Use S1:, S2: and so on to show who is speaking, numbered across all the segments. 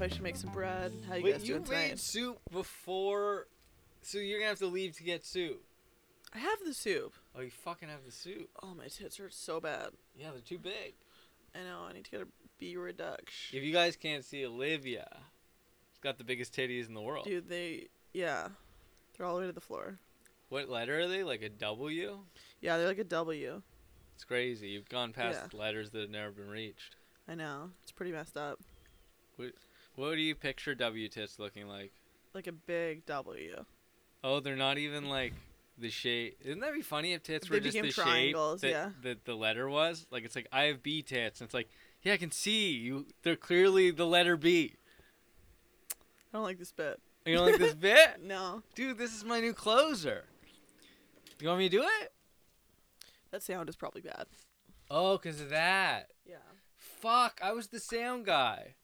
S1: I should make some bread. How you
S2: Wait,
S1: guys
S2: you
S1: doing tonight?
S2: made soup before, so you're gonna have to leave to get soup.
S1: I have the soup.
S2: Oh, you fucking have the soup.
S1: Oh, my tits hurt so bad.
S2: Yeah, they're too big.
S1: I know. I need to get a B reduction.
S2: If you guys can't see Olivia, she's got the biggest titties in the world.
S1: Dude, they yeah, they're all the way to the floor.
S2: What letter are they? Like a W?
S1: Yeah, they're like a W.
S2: It's crazy. You've gone past letters that have never been reached.
S1: I know. It's pretty messed up.
S2: What do you picture W tits looking like?
S1: Like a big W.
S2: Oh, they're not even like the shape. Isn't that be funny if tits
S1: They
S2: were just
S1: became
S2: the
S1: triangles,
S2: shape that,
S1: yeah.
S2: that the letter was? Like it's like I have B tits, and it's like yeah, I can see you. They're clearly the letter B.
S1: I don't like this bit.
S2: You don't like this bit,
S1: No,
S2: dude? This is my new closer. You want me to do it?
S1: that sound is probably bad.
S2: Oh, cause of that.
S1: Yeah.
S2: Fuck, I was the sound guy.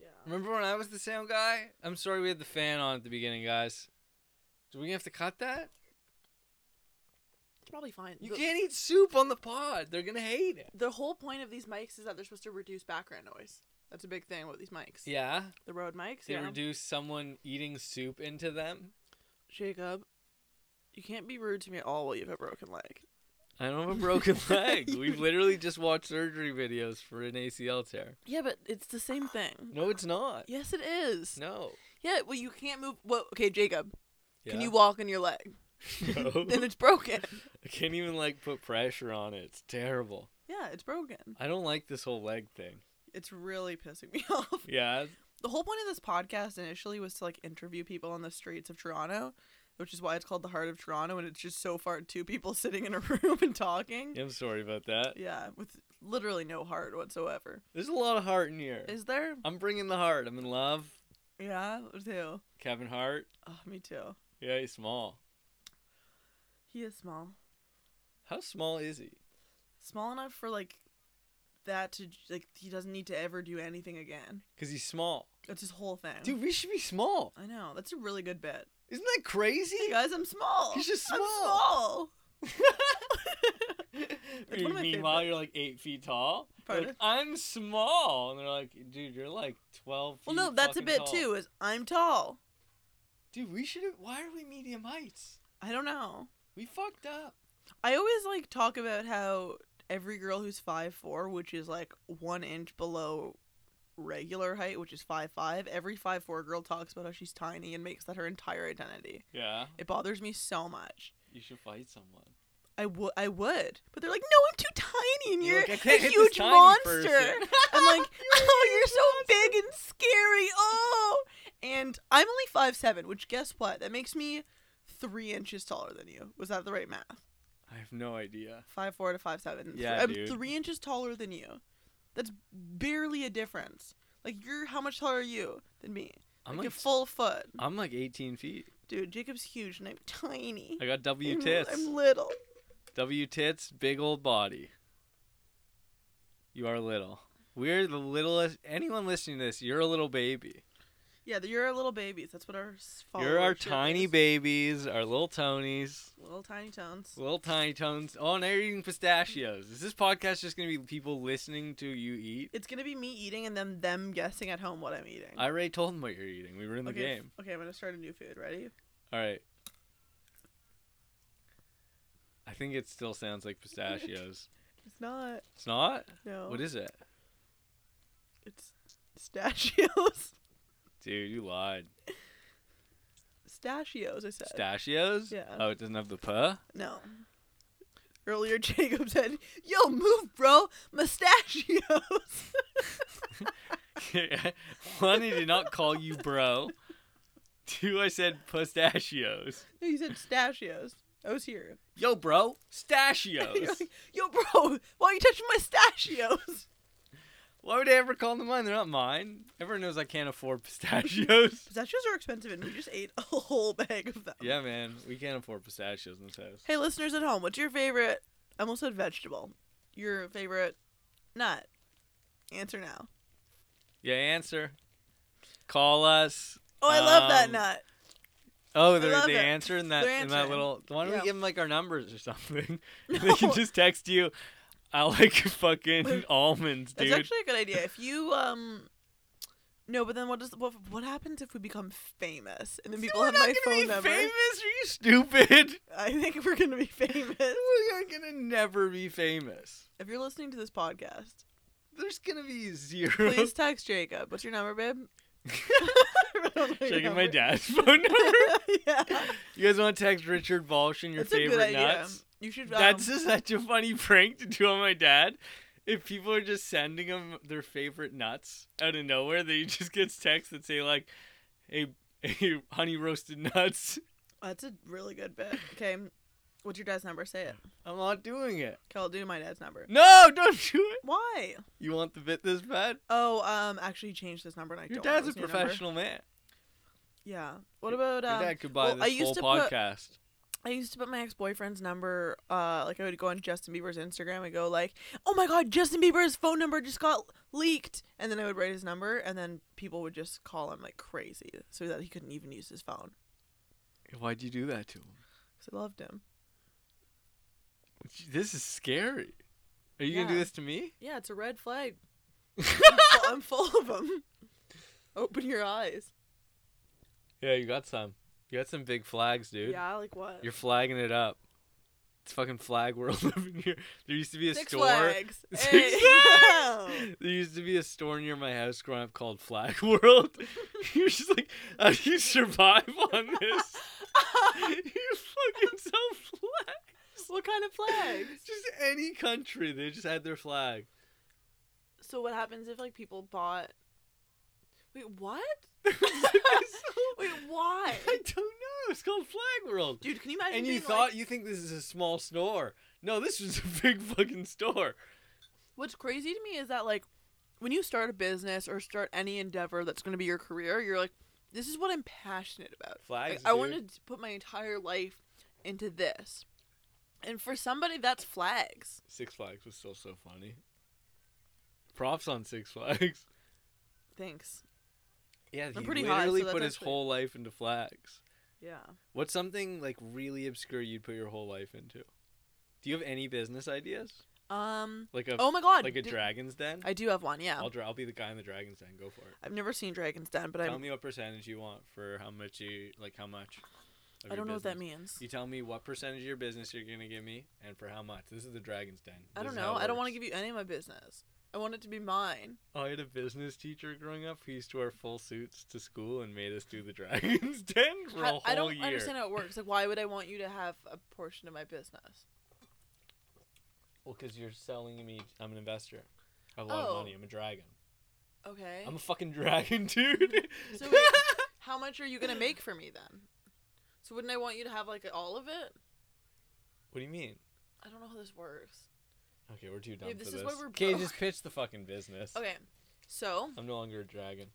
S1: Yeah.
S2: Remember when I was the sound guy? I'm sorry we had the fan on at the beginning, guys. Do we have to cut that?
S1: It's probably fine.
S2: You
S1: the,
S2: can't eat soup on the pod. They're gonna hate it.
S1: the whole point of these mics is that they're supposed to reduce background noise. That's a big thing with these mics.
S2: Yeah.
S1: The Rode mics.
S2: They
S1: yeah.
S2: reduce someone eating soup into them.
S1: Jacob, you can't be rude to me at all while you have a broken leg.
S2: I don't have a broken leg. We've literally just watched surgery videos for an ACL tear.
S1: Yeah, but it's the same thing.
S2: No, it's not.
S1: Yes, it is.
S2: No.
S1: Yeah, well, you can't move. Well, okay, Jacob, can
S2: Yeah. Oh.
S1: you walk on your leg?
S2: No.
S1: then it's broken.
S2: I can't even like put pressure on it. It's terrible.
S1: Yeah, it's broken.
S2: I don't like this whole leg thing.
S1: It's really pissing me off.
S2: Yeah.
S1: The whole point of this podcast initially was to like interview people on the streets of Toronto, which is why it's called the Heart of Toronto, and it's just so far two people sitting in a room and talking.
S2: I'm sorry about that.
S1: Yeah, with literally no heart whatsoever.
S2: There's a lot of heart in here.
S1: Is there?
S2: I'm bringing the heart. I'm in love.
S1: Yeah, too.
S2: Kevin Hart.
S1: Oh, me too.
S2: Yeah, he's small.
S1: He is small.
S2: How small is he?
S1: small enough for like that to j- like he doesn't need to ever do anything again.
S2: Because he's small.
S1: That's his whole thing.
S2: Dude, we should be small.
S1: I know that's a really good bit.
S2: Isn't that crazy?
S1: Hey guys, I'm small.
S2: He's just
S1: I'm
S2: small.
S1: small. one of my
S2: Meanwhile, you're like eight feet tall. You're
S1: Pardon?
S2: like, I'm small, and they're like, dude, you're like twelve.
S1: Well,
S2: feet
S1: no, that's a
S2: fucking
S1: bit
S2: tall."
S1: too. Is I'm tall.
S2: Dude, we should. Why are we medium heights?
S1: I don't know.
S2: We fucked up.
S1: I always like talk about how every girl who's five four, which is like one inch below regular height, which is five five. Every five four girl talks about how she's tiny and makes that her entire identity.
S2: Yeah,
S1: It bothers me so much.
S2: you should fight someone.
S1: I would, I would, but they're like, no, I'm too tiny, and you're,
S2: You're like, "I
S1: a
S2: can't hit this
S1: huge
S2: tiny
S1: monster.
S2: person."
S1: I'm like, oh, you're so big and scary. Oh, and I'm only five seven, which guess what? That makes me three inches taller than you. Was that the right math?
S2: I have no idea.
S1: Five four to five seven.
S2: Yeah,
S1: I'm
S2: dude.
S1: three inches taller than you. That's barely a difference. Like, you're how much taller are you than me?
S2: I'm
S1: like a
S2: like,
S1: full foot,
S2: I'm like 18 feet.
S1: dude. Jacob's huge, and I'm tiny.
S2: I got W
S1: I'm-
S2: tits.
S1: I'm little.
S2: W tits, big old body. You are little. We're the littlest. Anyone listening to this, you're a little baby.
S1: Yeah, you're our little babies. That's what our s-
S2: You're our
S1: followership
S2: tiny
S1: is.
S2: babies, our little Tonys.
S1: Little tiny tones.
S2: Little tiny tones. Oh, now you're eating pistachios. Is this podcast just gonna be people listening to you eat?
S1: It's gonna be me eating and then them guessing at home what I'm eating.
S2: I already told them what you're eating. We were in the
S1: okay, f-
S2: game.
S1: Okay, I'm gonna start a new food. Ready?
S2: All right. I think it still sounds like pistachios.
S1: It's not.
S2: It's not.
S1: No.
S2: What is it,
S1: It's stachios.
S2: dude? You lied.
S1: Stachios. I said.
S2: Pistachios.
S1: Yeah.
S2: Oh, it doesn't have the puh.
S1: no. Earlier, Jacob said, "Yo, move, bro. Mustachios."
S2: One, I did not call you bro. Two, I said pistachios.
S1: no, you said stachios. I was here.
S2: Yo, bro,
S1: You're
S2: stachios.
S1: like, Yo, bro, why are you touching my stachios?
S2: Why would I ever call them mine? They're not mine. Everyone knows I can't afford pistachios.
S1: Pistachios are expensive, and we just ate a whole bag of them.
S2: yeah, man, we can't afford pistachios in this house.
S1: Hey, listeners at home, what's your favorite? I almost said vegetable. Your favorite nut? Answer now.
S2: Yeah, answer. Call us.
S1: Oh, I love that
S2: Um,
S1: nut.
S2: Oh, they're,
S1: love
S2: they
S1: it.
S2: answer in that
S1: They're
S2: in that
S1: answering.
S2: little. Why don't
S1: Yeah.
S2: we give them like our numbers or something?
S1: No,
S2: They can just text you. I like fucking almonds,
S1: that's
S2: dude.
S1: actually a good idea. If you um, No, but then what does what what happens if we become famous and then
S2: So
S1: people
S2: we're
S1: have
S2: not
S1: my
S2: gonna
S1: phone
S2: be
S1: number?
S2: Famous? Are you stupid?
S1: I think we're gonna be famous.
S2: We're not gonna never be famous.
S1: If you're listening to this podcast,
S2: There's gonna be zero.
S1: please text Jacob. What's your number, babe? I don't know your
S2: Checking my
S1: number.
S2: dad's phone number.
S1: yeah,
S2: You guys want to text Richard Balsh and your
S1: that's a good
S2: favorite
S1: idea.
S2: nuts?
S1: You should. Um,
S2: That's just such a funny prank to do on my dad. If people are just sending him their favorite nuts out of nowhere, that he just gets texts that say like, "Hey, hey honey roasted nuts."
S1: that's a really good bit. Okay, what's your dad's number? Say it.
S2: I'm not doing it.
S1: Okay, I'll do my dad's number.
S2: No, don't do it.
S1: Why?
S2: You want the bit this bad?
S1: Oh, um, actually he changed his number and I
S2: Your
S1: don't know
S2: dad's a
S1: his new number.
S2: professional man.
S1: Yeah. What about um?
S2: Your dad could buy
S1: well, I
S2: this
S1: used
S2: whole
S1: to put-
S2: podcast.
S1: I used to put my ex boyfriend's number, uh, like I would go on Justin Bieber's Instagram and go like, "Oh my God, Justin Bieber's phone number just got leaked," and then I would write his number, and then people would just call him like crazy, so that he couldn't even use his phone
S2: Why'd you do that to him?
S1: because I loved him.
S2: This is scary. Are you gonna do
S1: Yeah.
S2: this to me?
S1: Yeah, it's a red flag. I'm full of them. Open your eyes.
S2: yeah, you got some. You got some big flags, dude.
S1: Yeah, like what?
S2: You're flagging it up. It's fucking flag world living here. There used to be a
S1: Six
S2: store.
S1: flags.
S2: Six
S1: Hey.
S2: Flags! There used to be a store near my house growing up called Flag World. You're just like, how do you survive on this? you fucking so flag.
S1: what kind of flags?
S2: Just any country, they just had their flag.
S1: So what happens if like people bought? Wait, what? Wait, why?
S2: I don't know. It's called Flag World.
S1: Dude, can you imagine?
S2: and you
S1: being, like-
S2: thought you think this is a small store. No, this was a big fucking store.
S1: what's crazy to me is that like when you start a business or start any endeavor that's going to be your career, you're like, this is what I'm passionate about.
S2: Flags.
S1: Like, I
S2: dude.
S1: wanted to put my entire life into this. And for somebody, that's flags.
S2: Six Flags was still so funny. Props on Six Flags.
S1: Thanks.
S2: Yeah, he
S1: pretty high,
S2: literally
S1: so that's
S2: put his
S1: actually-
S2: whole life into flags.
S1: Yeah.
S2: What's something like really obscure you'd put your whole life into? Do you have any business ideas?
S1: Um.
S2: Like a
S1: Oh my God.
S2: like a
S1: did-
S2: dragon's den?
S1: I do have one. Yeah.
S2: I'll dra- I'll be the guy in the dragon's den. Go for it.
S1: I've never seen Dragon's Den, but
S2: Tell
S1: I'm,
S2: me what percentage you want for how much you like how much. of
S1: I
S2: your
S1: don't know what that
S2: business.
S1: means.
S2: You tell me what percentage of your business you're gonna give me and for how much. This is the dragon's den.
S1: I don't know. I don't want to give you any of my business. I want it to be mine.
S2: I had a business teacher growing up who used to wear full suits to school and made us do the dragon's den for a
S1: How-
S2: whole
S1: I don't
S2: year.
S1: understand how it works. Like, why would I want you to have a portion of my business?
S2: Well, because you're selling me. I'm an investor. I have a lot
S1: Oh.
S2: of money. I'm a dragon.
S1: Okay.
S2: I'm a fucking dragon, dude.
S1: So wait, how much are you gonna make for me then? So wouldn't I want you to have like all of it?
S2: what do you mean?
S1: I don't know how this works.
S2: Okay, we're too dumb
S1: this
S2: for
S1: is
S2: this.
S1: why we're
S2: okay,
S1: broke.
S2: just pitch the fucking business.
S1: Okay, so
S2: I'm no longer a dragon.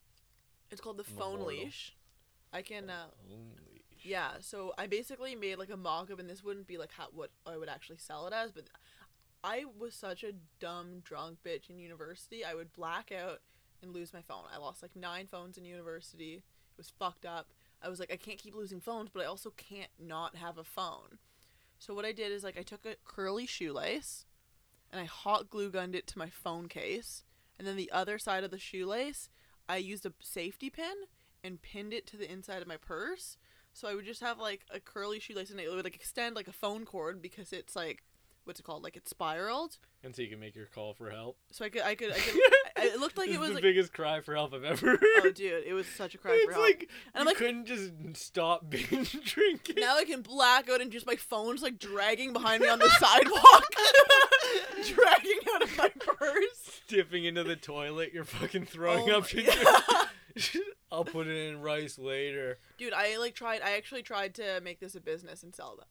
S1: it's called the
S2: I'm a
S1: phone
S2: mortal.
S1: leash. I can, uh,
S2: Holy shit.
S1: yeah. So I basically made like a mock up, and this wouldn't be like how what I would actually sell it as, but I was such a dumb drunk bitch in university. I would black out and lose my phone. I lost like nine phones in university. It was fucked up. I was like, I can't keep losing phones, but I also can't not have a phone. So what I did is like I took a curly shoelace and I hot glue gunned it to my phone case. And then the other side of the shoelace, I used a safety pin and pinned it to the inside of my purse. So I would just have like a curly shoelace and it would like extend like a phone cord because it's like what's it called? Like it's spiraled.
S2: And so you can make your call for help.
S1: So I could, I could, I could. I- it looked like
S2: This
S1: it
S2: is
S1: was
S2: the
S1: like,
S2: biggest cry for help I've ever heard.
S1: oh, dude, it was such a cry
S2: it's
S1: for help.
S2: like
S1: I'm
S2: you
S1: like-
S2: couldn't just stop being drinking.
S1: now I can black out and just my phone's like dragging behind me on the sidewalk, dragging out of my purse.
S2: Dipping into the toilet, you're fucking throwing
S1: Oh
S2: up.
S1: my-
S2: in your- I'll put it in rice later.
S1: Dude, I like tried. I actually tried to make this a business and sell them.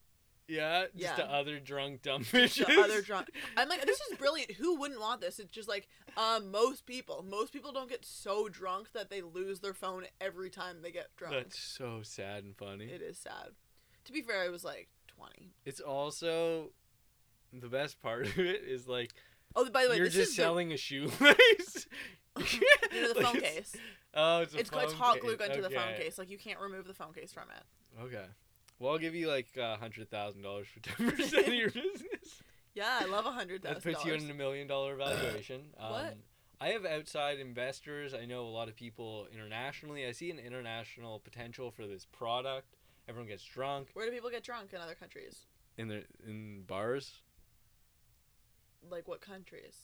S2: Yeah, just
S1: Yeah.
S2: to other drunk dumb bitches.
S1: The other drunk. I'm like, this is brilliant. Who wouldn't want this? It's just like, um, most people. Most people don't get so drunk that they lose their phone every time they get drunk.
S2: That's so sad and funny.
S1: It is sad. To be fair, I was like 20.
S2: it's also the best part of it is like
S1: Oh, by the way,
S2: you're
S1: this
S2: just
S1: is the-
S2: selling a shoelace.
S1: you know, the
S2: Like,
S1: phone
S2: it's-
S1: case.
S2: Oh, it's a
S1: It's,
S2: phone
S1: it's hot
S2: case.
S1: glue gun to the phone
S2: Okay.
S1: case. Like you can't remove the phone case from it.
S2: Okay. Well, I'll give you like a hundred thousand dollars for ten percent of your business.
S1: Yeah, I love a hundred
S2: That
S1: thousand
S2: puts you
S1: dollars.
S2: in a million dollar valuation. Um,
S1: What?
S2: I have outside investors. I know a lot of people internationally. I see an international potential for this product. Everyone gets drunk
S1: Where do people get drunk in other countries?
S2: in their in bars.
S1: Like what countries?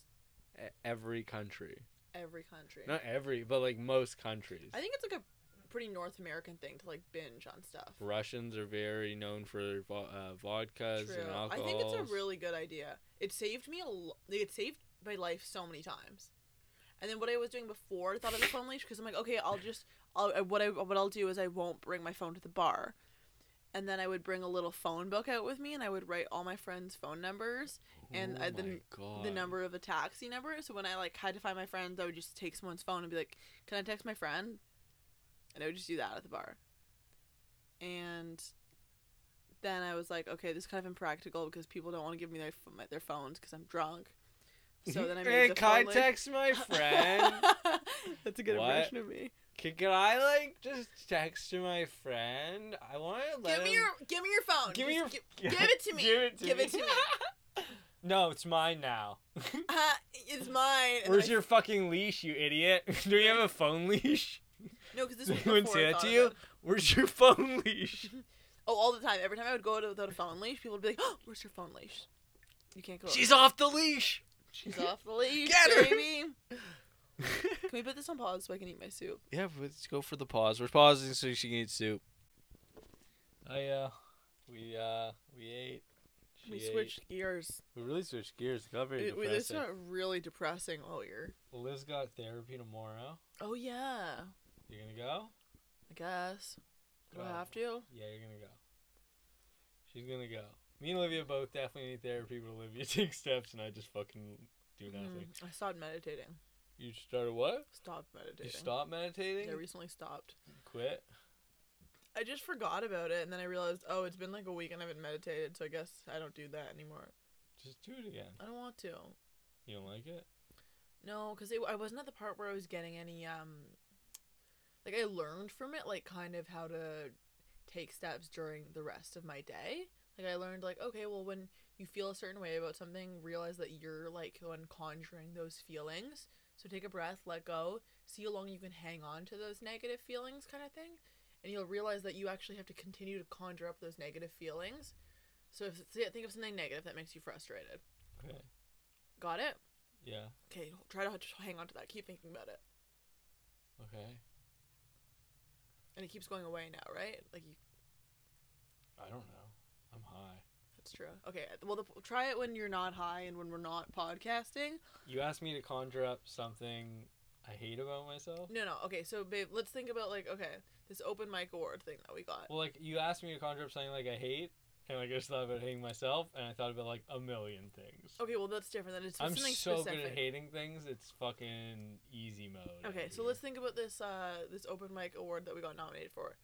S2: E- Every country,
S1: Every country.
S2: not every, but like most countries.
S1: I think it's like a pretty North American thing to like binge on stuff.
S2: Russians are very known for vo- uh, vodkas
S1: True.
S2: and
S1: I
S2: alcohol.
S1: think it's a really good idea. It saved me a lo- it saved my life so many times. And then what I was doing before I thought of the phone leash because I'm like, okay, I'll just I'll, I- what I what I'll do is I won't bring my phone to the bar. And then I would bring a little phone book out with me and I would write all my friends' phone numbers,
S2: Oh
S1: and, uh, the n- the number of a taxi number. So when I like had to find my friends, I would just take someone's phone and be like, "Can I text my friend?" And I would just do that at the bar. And then I was like, okay, this is kind of impractical because people don't want to give me their ph- my- their phones because I'm drunk. So then I made
S2: hey,
S1: the
S2: can I
S1: phone
S2: text my
S1: link-
S2: friend?
S1: That's a good
S2: What?
S1: impression of me.
S2: can, can I like just text to my friend? I want to let
S1: give
S2: him.
S1: me your give me your phone.
S2: Give me
S1: Oh, Just
S2: your-
S1: gi- give it to me.
S2: Give it to
S1: Give
S2: me.
S1: it to me.
S2: no, it's mine now.
S1: Uh, it's mine. And
S2: Where's
S1: I-
S2: your fucking leash, you idiot? Do you have a phone leash?
S1: no? Because this
S2: Did
S1: was
S2: anyone
S1: before
S2: say
S1: I
S2: that to
S1: thought
S2: you?
S1: about it.
S2: Where's your phone leash?
S1: Oh, all the time. Every time I would go out without a phone leash, people would be like, oh, "Where's your phone leash? You can't go." out
S2: She's off the leash.
S1: She's off the leash,
S2: Get her!
S1: baby. Can we put this on pause so I can eat my soup?
S2: Yeah, but let's go for the pause. We're pausing so she can eat soup. I uh, we uh, we ate. She
S1: we
S2: ate.
S1: switched gears.
S2: We really switched gears. It got very
S1: It, we, this
S2: depressing.
S1: got really depressing. Oh, you're.
S2: Liz got therapy tomorrow.
S1: Oh yeah,
S2: You gonna go?
S1: I guess. Do I
S2: Go.
S1: have to?
S2: Yeah, you're gonna go. She's gonna go. Me and Olivia both definitely need therapy, but Olivia takes steps, and I just fucking do nothing.
S1: Mhm. I stopped meditating.
S2: You started what?
S1: Stopped meditating.
S2: You stopped meditating?
S1: I recently stopped.
S2: Quit?
S1: I just forgot about it, and then I realized, oh, it's been like a week and I haven't meditated, so I guess I don't do that anymore.
S2: Just do it again.
S1: I don't want to.
S2: You don't like it?
S1: No, because I wasn't at the part where I was getting any um, like I learned from it, like kind of how to take steps during the rest of my day. Like I learned, like okay, well, when you feel a certain way about something, realize that you're like the one conjuring those feelings. So take a breath, let go, see how long you can hang on to those negative feelings, kind of thing, and you'll realize that you actually have to continue to conjure up those negative feelings. So if think of something negative that makes you frustrated.
S2: Quit.
S1: Got it?
S2: Yeah.
S1: Okay, try to just hang on to that. Keep thinking about it.
S2: Okay.
S1: And it keeps going away now, right? Like you,
S2: I don't know. I'm high.
S1: that's true. Okay, well, the, try it when you're not high and when we're not podcasting.
S2: You asked me to conjure up something I hate about myself?
S1: No, no. Okay, so babe, let's think about like okay, this open mic award thing that we got.
S2: Well, like, you asked me to conjure up something like I hate, and like, I just thought about hating myself, and I thought about like a million things.
S1: Okay, well that's different. Then it's
S2: I'm
S1: something
S2: so
S1: specific.
S2: good at hating things, it's fucking easy mode. out
S1: okay, so
S2: here.
S1: let's think about this uh this open mic award that we got nominated for.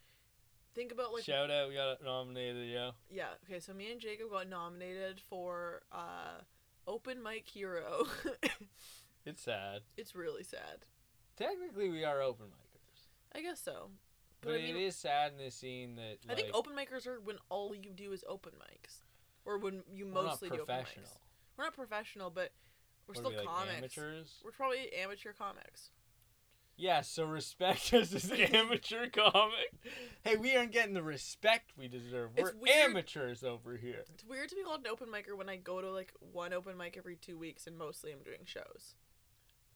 S1: Think about like
S2: Shout out, we got nominated, yo.
S1: yeah. Okay, so me and Jacob got nominated for uh open mic hero.
S2: It's sad.
S1: it's really sad.
S2: Technically, we are open micers.
S1: I guess so.
S2: But,
S1: But, I mean,
S2: it is sad in this scene that
S1: I think
S2: like,
S1: open micers are when all you do is open mics, or when you
S2: we're
S1: mostly
S2: not
S1: do open
S2: professional.
S1: mics. We're not professional, but we're
S2: What are
S1: still
S2: we, like,
S1: comics.
S2: amateurs.
S1: We're probably amateur comics.
S2: Yeah, so respect us as amateur comic. Hey, we aren't getting the respect we deserve.
S1: It's
S2: We're
S1: weird.
S2: amateurs over here.
S1: It's weird to be called an open micer when I go to like one open mic every two weeks and mostly I'm doing shows.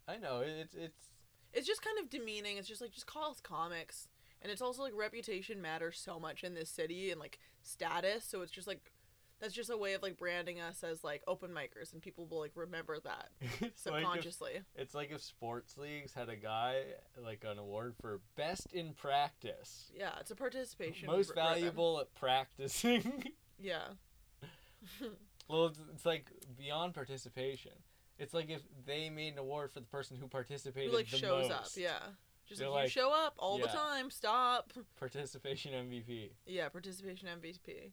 S2: I know it- it's it's
S1: It's just kind of demeaning. It's just like just call us comics, and it's also like reputation matters so much in this city and like status. So it's just like that's just a way of like branding us as like open micers, and people will like remember that
S2: it's like if,
S1: subconsciously.
S2: it's like if sports leagues had a guy like an award for best in practice,
S1: yeah, it's a participation.
S2: most
S1: r- ribbon.
S2: valuable at practicing.
S1: Yeah.
S2: well, it's, it's like beyond participation. It's like if they made an award for the person who participated
S1: Who like
S2: the
S1: shows up?
S2: most.
S1: Yeah. Just
S2: They're
S1: like,
S2: like,
S1: you show up all the
S2: yeah.
S1: time. Stop.
S2: Participation MVP.
S1: Yeah, participation MVP.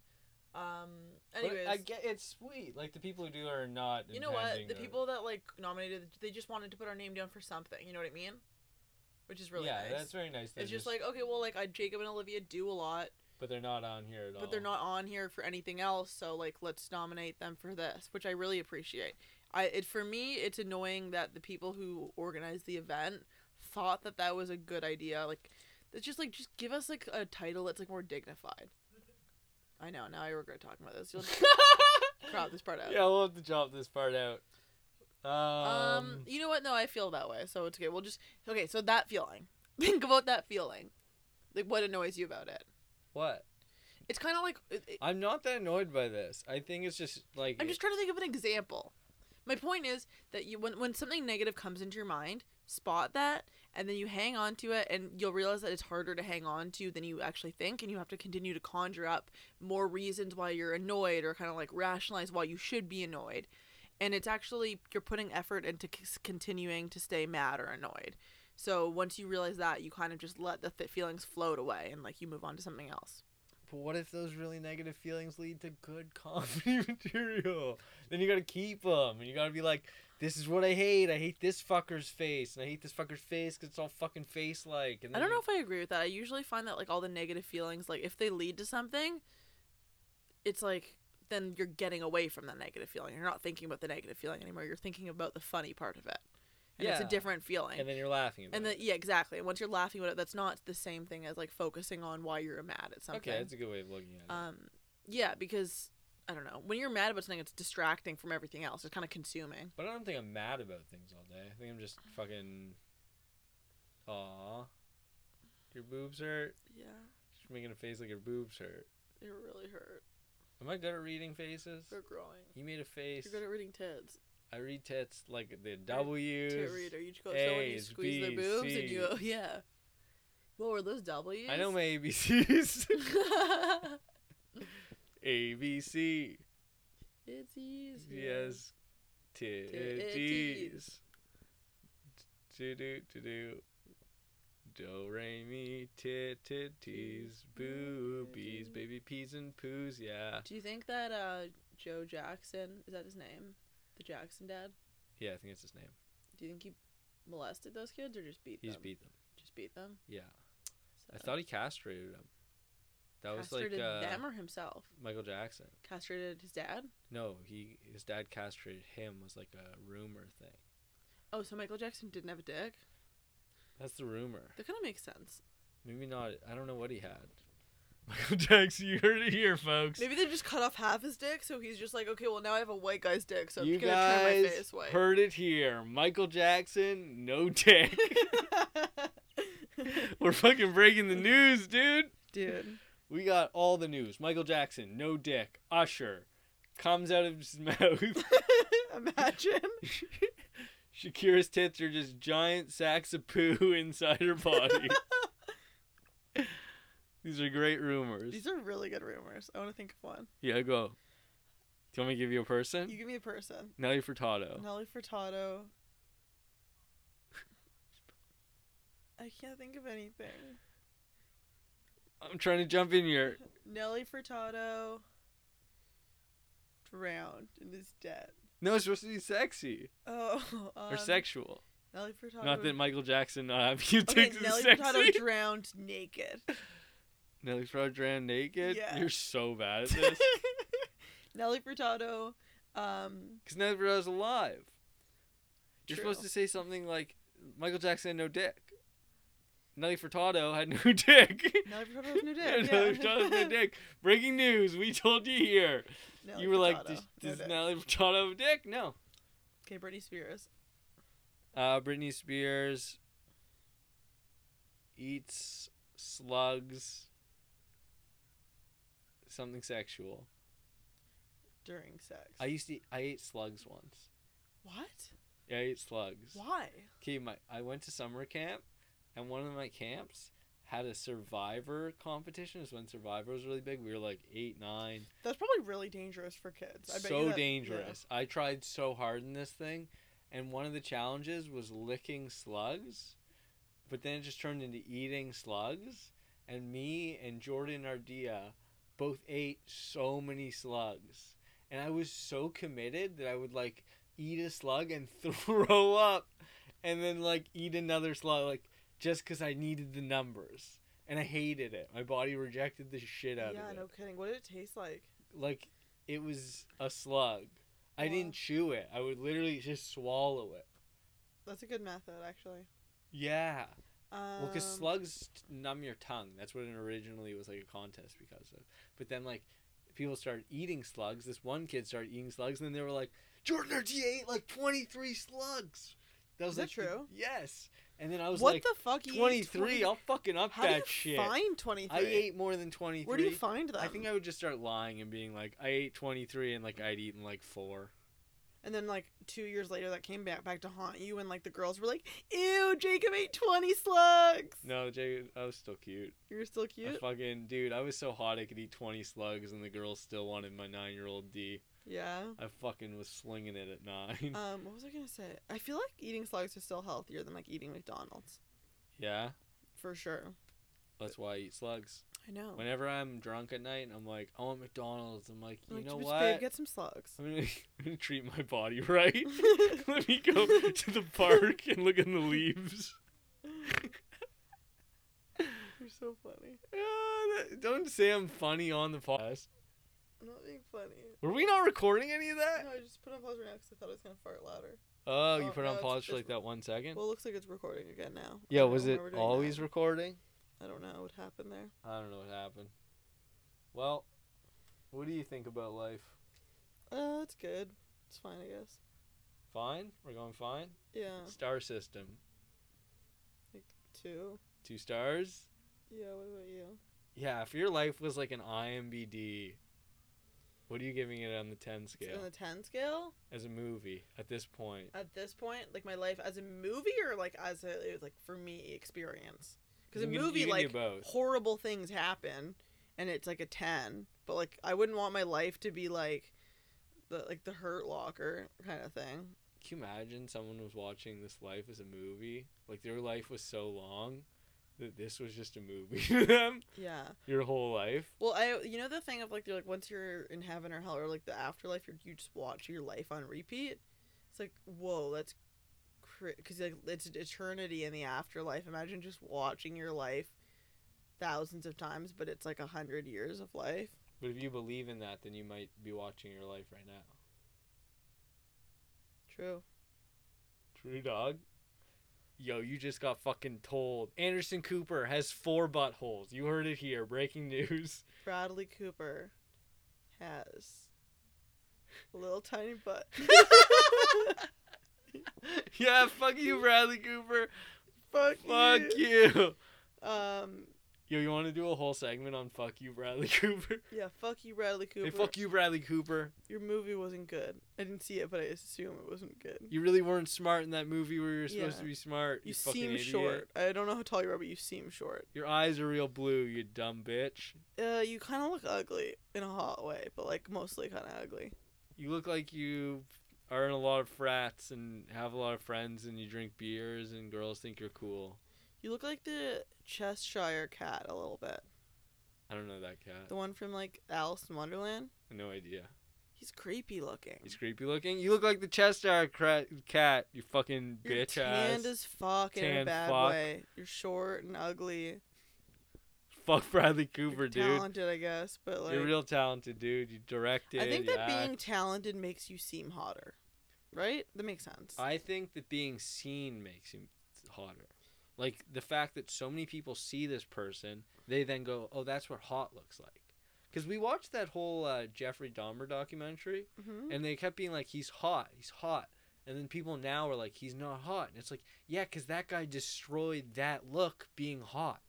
S1: Um.
S2: But
S1: Anyways,
S2: I get it's sweet. Like the people who do are not.
S1: you know what?
S2: intending
S1: The
S2: to-
S1: people that like nominated, they just wanted to put our name down for something. You know what I mean? Which is really
S2: yeah,
S1: nice.
S2: that's very nice. They're
S1: it's just like okay, well, like I, Jacob and Olivia do a lot,
S2: but they're not on here at all.
S1: but they're not on here for anything else. So like, let's nominate them for this, which I really appreciate. I it for me it's annoying that the people who organized the event thought that that was a good idea. Like, it's just like just give us like a title that's like more dignified. I know. Now I regret talking about this. You'll crop this part out.
S2: Yeah, we'll have to chop this part out. Um,
S1: Um, you know what? No, I feel that way, so it's okay. We'll just okay. So that feeling, think about that feeling, like what annoys you about it.
S2: what?
S1: It's kind of like it- it-
S2: I'm not that annoyed by this. I think it's just like
S1: I'm just trying to think of an example. My point is that you when when something negative comes into your mind, spot that, and then you hang on to it, and you'll realize that it's harder to hang on to than you actually think, and you have to continue to conjure up more reasons why you're annoyed, or kind of like rationalize why you should be annoyed. And it's actually you're putting effort into c- continuing to stay mad or annoyed. So once you realize that, you kind of just let the th- feelings float away, and like you move on to something else.
S2: But what if those really negative feelings lead to good comedy material? Then you gotta keep them, and you gotta be like, "This is what I hate. I hate this fucker's face, and I hate this fucker's face because it's all fucking face-like." And
S1: I don't
S2: then
S1: know
S2: you-
S1: if I agree with that. I usually find that like all the negative feelings, like if they lead to something, it's like then you're getting away from the negative feeling. You're not thinking about the negative feeling anymore. You're thinking about the funny part of it, and it's a
S2: Yeah.
S1: different feeling.
S2: and then you're laughing. About
S1: And
S2: it.
S1: then yeah, exactly. And once you're laughing about it, that's not the same thing as like focusing on why you're mad at something.
S2: okay, that's a good way of looking at it.
S1: um, yeah, because I don't know when you're mad about something, it's distracting from everything else. It's kind of consuming.
S2: but I don't think I'm mad about things all day. I think I'm just fucking. Aw, your boobs hurt.
S1: Yeah,
S2: She's making a face like your boobs hurt.
S1: they really hurt.
S2: Am I good at reading faces?
S1: They're growing.
S2: You made a face.
S1: You're good at reading E tits.
S2: I read tits like the W's.
S1: to reader. You just go, so when you
S2: A's,
S1: squeeze their
S2: B's,
S1: boobs and you go,
S2: C's.
S1: yeah. What were those W's?
S2: I know my ABCs. A B C.
S1: it's easy.
S2: Yes.
S1: Titties.
S2: Titties. Do do do do. Do re mi tit titties
S1: Boobies.
S2: boobies baby peas and poos yeah
S1: Do you think that uh, Joe Jackson is that his name? The Jackson dad.
S2: yeah I think that's his name
S1: Do you think he molested those kids or just beat
S2: he's
S1: them?
S2: beat them
S1: Just beat them.
S2: yeah
S1: So.
S2: I thought he castrated them that was like
S1: uh, castrated
S2: uh,
S1: them or himself.
S2: Michael Jackson
S1: Castrated his dad.
S2: No, he his dad castrated him was like a rumor thing.
S1: Oh, so Michael Jackson didn't have a dick.
S2: That's the rumor.
S1: That kind of makes sense.
S2: Maybe not. I don't know what he had. Michael Jackson, you heard it here, folks.
S1: Maybe they just cut off half his dick, so he's just like, okay, well now I have a white guy's dick, so I'm
S2: you
S1: just gonna turn my
S2: guys
S1: face white.
S2: heard it here. Michael Jackson, no dick. We're fucking breaking the news, dude.
S1: Dude.
S2: We got all the news. Michael Jackson, no dick. Usher comes out of his mouth.
S1: Imagine.
S2: Shakira's tits are just giant sacks of poo inside her body. These are great rumors.
S1: These are really good rumors. I want to think of one.
S2: Yeah, go. Do you want me to give you a person?
S1: You give me a person.
S2: Nelly Furtado.
S1: Nelly Furtado. I can't think of anything.
S2: I'm trying to jump in here.
S1: Nelly Furtado drowned and is dead.
S2: No, it's supposed to be sexy
S1: Oh, um,
S2: or sexual.
S1: Nelly Furtado.
S2: Not that Michael Jackson not having you
S1: okay,
S2: take
S1: Nelly
S2: sexy.
S1: Furtado drowned naked.
S2: Nelly Furtado drowned naked.
S1: Yeah.
S2: You're so bad at this.
S1: Nelly Furtado. Um,
S2: Because Nelly Furtado's alive. You're supposed
S1: True.
S2: to say something like Michael Jackson had no dick. Nelly Furtado had no dick.
S1: Nelly Furtado has no
S2: Nelly
S1: dick.
S2: Furtado had no dick. Breaking news. We told you here.
S1: Nelly
S2: you were like,
S1: Furtado,
S2: does,
S1: no
S2: does
S1: dick.
S2: Nelly Furtado have a dick? No.
S1: Okay, Britney Spears.
S2: Uh, Britney Spears eats slugs. Something sexual.
S1: during sex.
S2: I used to. I ate slugs once.
S1: what?
S2: Yeah, I ate slugs.
S1: Why?
S2: Okay, my I went to summer camp, and one of my camps had a Survivor competition. Is when Survivor was really big. We were like eight, nine.
S1: That's probably really dangerous for kids. I bet you
S2: so
S1: that-
S2: dangerous. I tried so hard in this thing, and one of the challenges was licking slugs, but then it just turned into eating slugs. And me and Jordan Ardea both ate so many slugs, and I was so committed that I would like eat a slug and throw up, and then like eat another slug, like just because I needed the numbers. And I hated it. My body rejected the shit
S1: Yeah,
S2: out of it
S1: yeah no kidding. What did it taste like?
S2: like it was a slug. I didn't
S1: Wow.
S2: chew it. I would literally just swallow it.
S1: That's a good method, actually.
S2: Yeah.
S1: Um,
S2: Well, because slugs t- numb your tongue. That's what it originally was like a contest because of. But then like people started eating slugs. This one kid started eating slugs, and then they were like, Jordan RT ate like twenty three slugs. That was
S1: Is that
S2: like, the-
S1: true?
S2: Yes. And then I was
S1: what
S2: like,
S1: the fuck? you eat
S2: twenty three.
S1: 20
S2: I'll fucking up
S1: How do
S2: that
S1: you
S2: shit.
S1: find twenty three?
S2: I ate more than twenty three.
S1: Where do you find them?
S2: I think I would just start lying and being like, I ate twenty three, and like I'd eaten like four.
S1: And then like two years later, that came back back to haunt you, and like the girls were like, "Ew, Jacob ate twenty slugs."
S2: No, Jay, I was still cute.
S1: You're still
S2: I
S1: cute.
S2: fucking dude, I was so hot I could eat twenty slugs, and the girls still wanted my nine year old D.
S1: yeah.
S2: I fucking was slinging it at nine.
S1: Um, what was I gonna say? I feel like eating slugs is still healthier than like eating McDonald's,
S2: yeah,
S1: for sure.
S2: that's why I eat slugs.
S1: I know.
S2: Whenever I'm drunk at night and I'm like, I want McDonald's, I'm like, you
S1: I'm like,
S2: know
S1: "Bitch,
S2: what?
S1: Babe, get some slugs.
S2: I'm, gonna, I'm gonna treat my body right. Let me go to the park and look in the leaves.
S1: You're so funny.
S2: Ah, that- don't say I'm funny on the podcast.
S1: I'm not being funny.
S2: Were we not recording any of that?
S1: No, I just put on pause right now because I thought it was gonna fart louder.
S2: Oh, you
S1: Oh,
S2: put
S1: no,
S2: on
S1: it's-
S2: pause for
S1: it's-
S2: like that one second.
S1: Well, it looks like it's recording again now. I
S2: yeah,
S1: don't
S2: was
S1: know why
S2: it
S1: we're doing that.
S2: always recording?
S1: I don't know what happened there.
S2: I don't know what happened. Well, what do you think about life?
S1: Uh, it's good. It's fine, I guess.
S2: Fine, we're going fine.
S1: Yeah,
S2: Star system.
S1: two.
S2: Two stars?
S1: Yeah, what about you?
S2: Yeah, if your life was like an IMBD, what are you giving it on the 10
S1: It's
S2: scale
S1: on the 10 scale?
S2: as a movie at this point?
S1: At this point, like my life as a movie or like as a, it was, like for me, experience? Because a
S2: You can- you
S1: movie,
S2: can do
S1: like,
S2: both.
S1: horrible things happen and it's like a 10. But like, I wouldn't want my life to be like the, like the hurt locker kind of thing.
S2: Can you imagine someone was watching this life as a movie? Like their life was so long that this was just a movie to them
S1: Yeah.
S2: your whole life?
S1: Well, I you know the thing of like they're like once you're in heaven or hell or like the afterlife, you're, you just watch your life on repeat. It's like whoa, that's because like it's eternity in the afterlife. Imagine just watching your life thousands of times, but it's like a hundred years of life.
S2: But if you believe in that, then you might be watching your life right now.
S1: True.
S2: True dog. Yo, you just got fucking told. Anderson Cooper has four buttholes. You heard it here. Breaking news.
S1: Bradley Cooper has a little tiny butt.
S2: yeah, fuck you, Bradley Cooper.
S1: Fuck,
S2: Fuck
S1: you.
S2: you.
S1: Um.
S2: Yo, you want to do a whole segment on fuck you, Bradley Cooper?
S1: Yeah. Fuck you, Bradley Cooper.
S2: Hey, fuck you, Bradley Cooper.
S1: Your movie wasn't good. I didn't see it, but I assume it wasn't good. You,
S2: You really weren't smart in that movie where you were supposed
S1: Yeah.
S2: to be smart. You, fucking
S1: seem
S2: idiot.
S1: short. I don't know how tall you are, but you seem short.
S2: Your eyes are real blue, you dumb bitch.
S1: Uh, you kind of look ugly in a hot way, but like mostly kind of ugly.
S2: You look like you are in a lot of frats and have a lot of friends and you drink beers and girls think you're cool.
S1: You look like the Cheshire Cat a little bit.
S2: I don't know that cat.
S1: The one from like Alice in Wonderland.
S2: No idea.
S1: He's creepy looking.
S2: He's creepy looking. You look like the Chester cra- cat, you fucking
S1: You're
S2: bitch
S1: tanned
S2: ass.
S1: as fuck in a
S2: Tan
S1: bad
S2: fuck.
S1: way. You're short and ugly.
S2: Fuck Bradley
S1: You're
S2: Cooper, dude.
S1: talented, I guess, but like
S2: You're real talented, dude. You directed.
S1: I think
S2: you
S1: that being
S2: act.
S1: talented makes you seem hotter, right? That makes sense.
S2: I think that being seen makes him hotter. Like the fact that so many people see this person, they then go, "Oh, that's what hot looks like." Because we watched that whole uh, Jeffrey Dahmer documentary,
S1: hmm
S2: and they kept being like, "He's hot, he's hot," and then people now are like, "He's not hot," and it's like, "Yeah, because that guy destroyed that look being hot."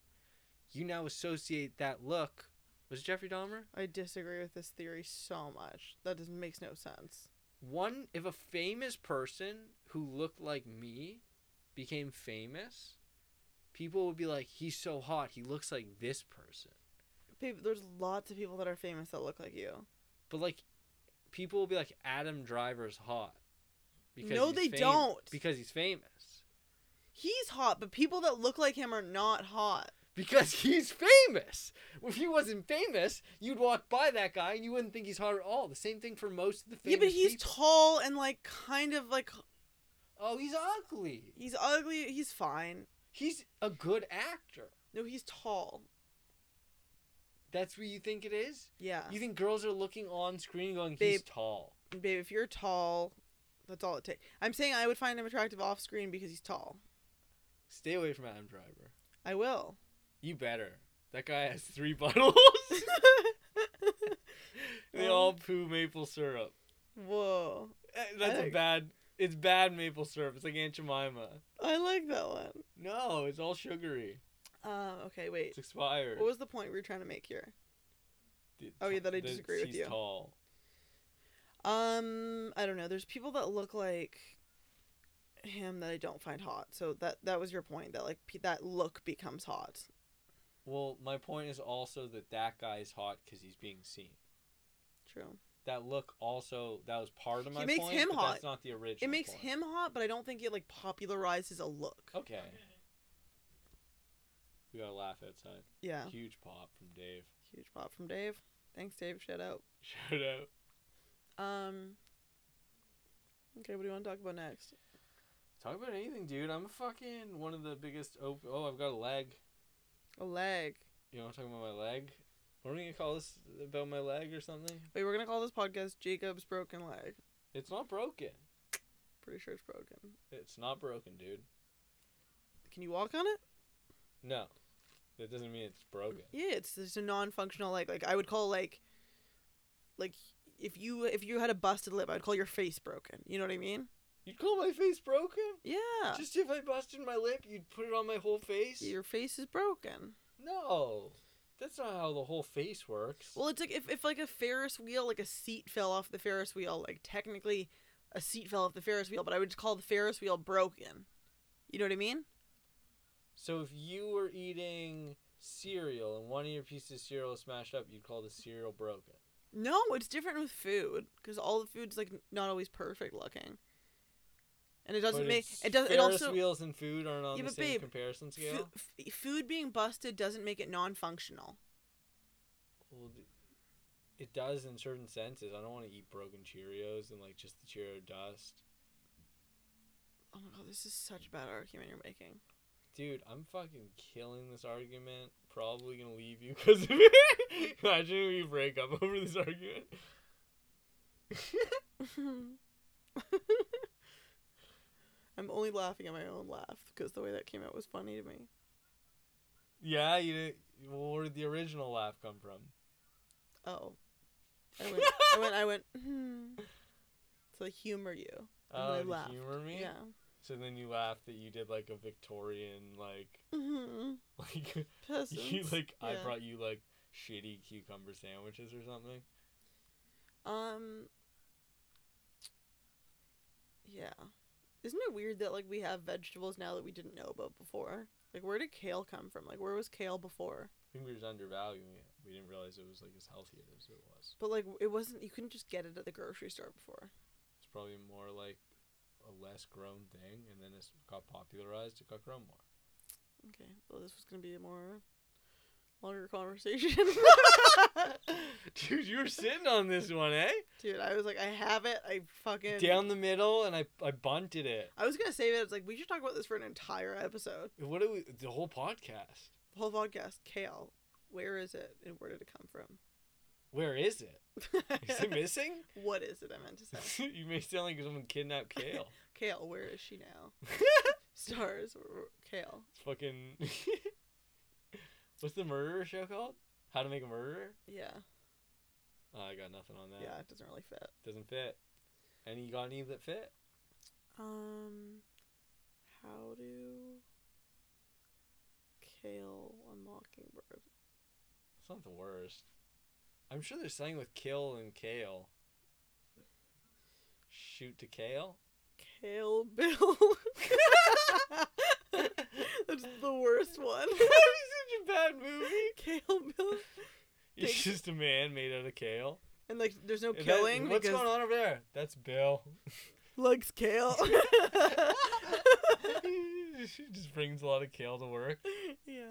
S2: You now associate that look. Was it Jeffrey Dahmer?
S1: I disagree with this theory so much. That just makes no sense.
S2: One, if a famous person who looked like me became famous, people would be like, "He's so hot. He looks like this person."
S1: Babe, there's lots of people that are famous that look like you.
S2: But like, people will be like, "Adam Driver's hot."
S1: No,
S2: he's
S1: they
S2: fam-
S1: don't.
S2: Because he's famous.
S1: He's hot, but people that look like him are not hot.
S2: Because he's famous. If he wasn't famous, you'd walk by that guy and you wouldn't think he's hot at all. The same thing for most of the famous
S1: yeah, but he's
S2: people.
S1: tall and like kind of like
S2: oh, he's ugly.
S1: he's ugly. He's fine.
S2: He's a good actor.
S1: No, he's tall.
S2: That's what you think it is?
S1: Yeah,
S2: You think girls are looking on screen going, he's
S1: Babe.
S2: tall.
S1: babe, if you're tall, that's all it takes. I'm saying I would find him attractive off screen because he's tall.
S2: Stay away from Adam Driver.
S1: I will.
S2: You better. That guy has three bottles. they
S1: Um,
S2: all poo maple syrup.
S1: Whoa.
S2: Eh, That's a
S1: like-
S2: bad. It's bad maple syrup. It's like Aunt Jemima.
S1: I like that one.
S2: No, it's all sugary.
S1: Um, okay,
S2: It's
S1: wait.
S2: expired.
S1: What was the point we were trying to make here?
S2: The-
S1: oh, yeah, that I
S2: the-
S1: disagree with
S2: she's
S1: you.
S2: Tall.
S1: Um, I don't know. There's people that look like him that I don't find hot. So that that was your point that like pe- that look becomes hot.
S2: Well, my point is also that that guy is hot because he's being seen.
S1: True.
S2: That look also that was part of my.
S1: makes
S2: point,
S1: him
S2: but
S1: hot.
S2: That's not the original.
S1: It makes
S2: point.
S1: him hot, but I don't think it like popularizes a look.
S2: Okay. We got a laugh outside.
S1: Yeah.
S2: Huge pop from Dave.
S1: Huge pop from Dave. Thanks, Dave. Shout out.
S2: Shout out.
S1: Um. Okay, what do you want to talk about next?
S2: Talk about anything, dude. I'm fucking one of the biggest. Op- oh, I've got a leg.
S1: A leg.
S2: You know, I'm talking about my leg. What are we gonna call this? About my leg or something?
S1: Wait, we're gonna call this podcast Jacob's broken leg.
S2: It's not broken.
S1: Pretty sure it's broken.
S2: It's not broken, dude.
S1: Can you walk on it?
S2: No, that doesn't mean it's broken.
S1: Yeah, it's just a non-functional leg. Like I would call like, like if you if you had a busted lip, I'd call your face broken. You know what I mean?
S2: You'd call my face broken?
S1: Yeah.
S2: Just if I busted my lip, you'd put it on my whole face?
S1: your face is broken.
S2: No, that's not how the whole face works.
S1: Well, it's like if, if like a Ferris wheel, like a seat fell off the Ferris wheel, like technically a seat fell off the Ferris wheel, but I would just call the Ferris wheel broken. You know what I mean?
S2: so if you were eating cereal and one of your pieces of cereal was smashed up, you'd call the cereal broken.
S1: No, it's different with food because all the food's like not always perfect looking, and it doesn't
S2: But
S1: make
S2: it's-
S1: it does it
S2: Ferris
S1: also
S2: wheels and food aren't on
S1: Yeah,
S2: the
S1: but
S2: same
S1: babe,
S2: comparison
S1: fu-
S2: scale.
S1: f- food being busted doesn't make it non-functional.
S2: Well, d- it does in certain senses. I don't want to eat broken Cheerios and like just the Cheerio dust.
S1: Oh my god, this is such a bad argument you're making.
S2: Dude, I'm fucking killing this argument. Probably gonna leave you because of it. Imagine we break up over this argument.
S1: I'm only laughing at my own laugh because the way that came out was funny to me.
S2: Yeah, you. didn't- Well, where did the original laugh come from?
S1: Oh, I went, I went, I went. Hmm. To humor you, And I
S2: Oh, to
S1: laughed.
S2: humor me.
S1: yeah.
S2: So then you laughed that you did like a Victorian like
S1: Mm-hmm.
S2: like you like I brought you like shitty cucumber sandwiches or something.
S1: Um. Yeah, isn't it weird that like we have vegetables now that we didn't know about before? Like, where did kale come from? Like, where was kale before?
S2: I think we were just undervaluing it. We didn't realize it was like as healthy as it was.
S1: But like, it wasn't. You couldn't just get it at the grocery store before.
S2: It's probably more like a less grown thing, and then it got popularized. It got grown more.
S1: Okay. Well, this was gonna be a more longer conversation.
S2: Dude, you were sitting on this one, eh?
S1: Dude, I was like, I have it. I fucking
S2: Down the middle, and I I bunted it.
S1: I was gonna save it. It's like we should talk about this for an entire episode,
S2: What do we? The whole podcast.
S1: the whole podcast. Kale, where is it and where did it come from?
S2: Where is it? Is it missing?
S1: what is it? I meant to say.
S2: you may sound like someone kidnapped Kale.
S1: Kale, where is she now? Stars, r- r- Kale.
S2: It's fucking. What's the murderer show called? How to Make a Murderer?
S1: Yeah,
S2: Oh, I got nothing on that.
S1: yeah, it doesn't really fit.
S2: Doesn't fit. And you got any that fit?
S1: Um, how do Kale on Mockingbird?
S2: It's not the worst. I'm sure there's something with kill and kale. Shoot to kale?
S1: Kale Bill. That's the worst one.
S2: That'd be such a bad movie.
S1: Kale Bill.
S2: It's
S1: Thanks.
S2: just a man made out of kale.
S1: And like, there's no
S2: And that-
S1: killing
S2: what's
S1: because
S2: going on over there? That's Bill.
S1: likes kale.
S2: she just brings a lot of kale to work.
S1: yeah,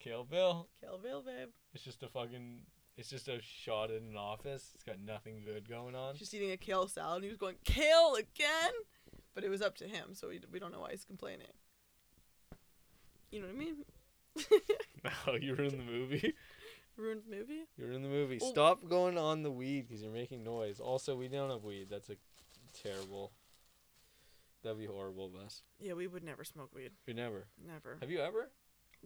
S2: Kale Bill.
S1: Kale Bill, babe.
S2: It's just a fucking. It's just a shot at an office. It's got nothing good going on.
S1: Just eating a kale salad, and he was going kale again, but it was up to him, so we, we don't know why he's complaining. You know what I mean?
S2: Oh, you were in the movie.
S1: Ruined the movie.
S2: You were in the movie. Sophie,
S1: Oh.
S2: stop going on the weed because you're making noise. Also, we don't have weed. That's a terrible. That'd be horrible of us.
S1: Yeah, we would never smoke weed.
S2: We never.
S1: Never.
S2: Have you ever?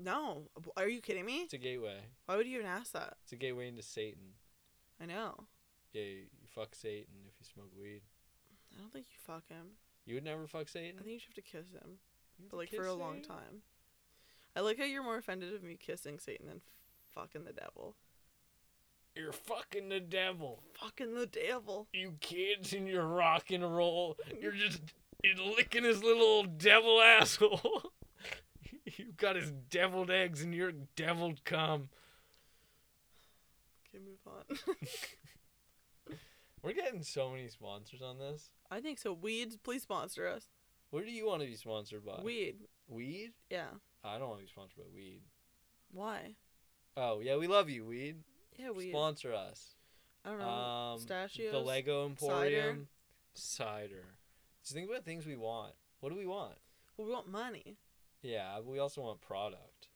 S1: No. Are you kidding me?
S2: It's a gateway.
S1: Why would you even ask that?
S2: It's a gateway into Satan.
S1: I know.
S2: Yeah, you fuck Satan if you smoke weed.
S1: I don't think you fuck him.
S2: You would never fuck Satan.
S1: I think you should have to kiss him,
S2: You
S1: but
S2: would
S1: like for
S2: kiss
S1: a long
S2: Satan?
S1: time. I like how you're more offended of me kissing Satan than fucking the devil.
S2: You're fucking the devil.
S1: Fucking the devil.
S2: You kids and your rock and roll. You're just you're licking his little old devil asshole. you got his deviled eggs and your deviled cum.
S1: Okay, move on.
S2: We're getting so many sponsors on this.
S1: I think so. Weeds, please sponsor us.
S2: What do you want to be sponsored by?
S1: Weed.
S2: Weed?
S1: Yeah.
S2: I don't want to be sponsored by weed.
S1: Why?
S2: Oh yeah, we love you, weed.
S1: Yeah, weed.
S2: Sponsor us.
S1: I don't know.
S2: Um,
S1: Pistachios.
S2: the Lego Emporium, cider. Just think about things we want. What do we want?
S1: Well, we want money.
S2: Yeah, but we also want product.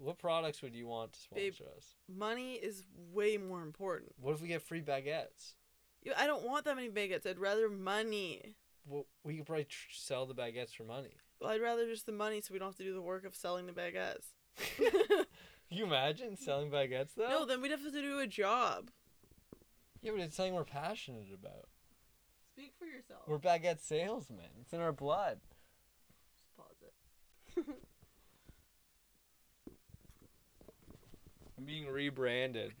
S2: What products would you want to sponsor
S1: Babe.
S2: us?
S1: Money is way more important.
S2: What if we get free baguettes?
S1: You- I don't want that many baguettes. I'd rather money.
S2: Well, we could probably tr- sell the baguettes for money.
S1: Well, I'd rather just the money so we don't have to do the work of selling the baguettes.
S2: Can you imagine selling baguettes though?
S1: no, then we'd have to do a job.
S2: yeah, but it's something we're passionate about.
S1: Speak for yourself.
S2: We're baguette salesmen. It's in our blood.
S1: Just pause it.
S2: I'm being rebranded.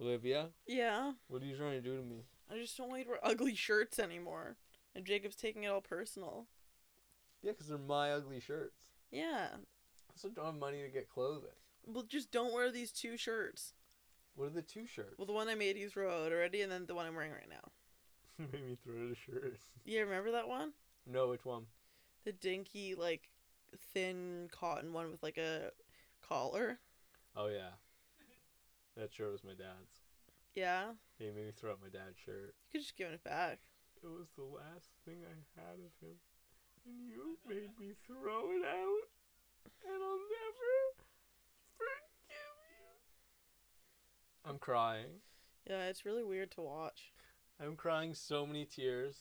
S2: Olivia,
S1: Yeah.
S2: what are you trying to do to me?
S1: I just don't like to wear ugly shirts anymore. And Jacob's taking it all personal.
S2: Yeah, because they're my ugly shirts.
S1: Yeah.
S2: I also don't have money to get clothing.
S1: Well, just don't wear these two shirts.
S2: What are the two shirts?
S1: Well, the one I made he's rode already, and then the one I'm wearing right now.
S2: Made me throw out a shirt.
S1: Yeah, remember that one?
S2: No, which one?
S1: The dinky, like, thin cotton one with, like, a collar.
S2: Oh yeah, that shirt was my dad's.
S1: Yeah.
S2: He made me throw out my dad's shirt.
S1: You could just give it back.
S2: It was the last thing I had of him, and you made me throw it out, and I'll never forgive you. I'm crying.
S1: Yeah, it's really weird to watch.
S2: I'm crying so many tears.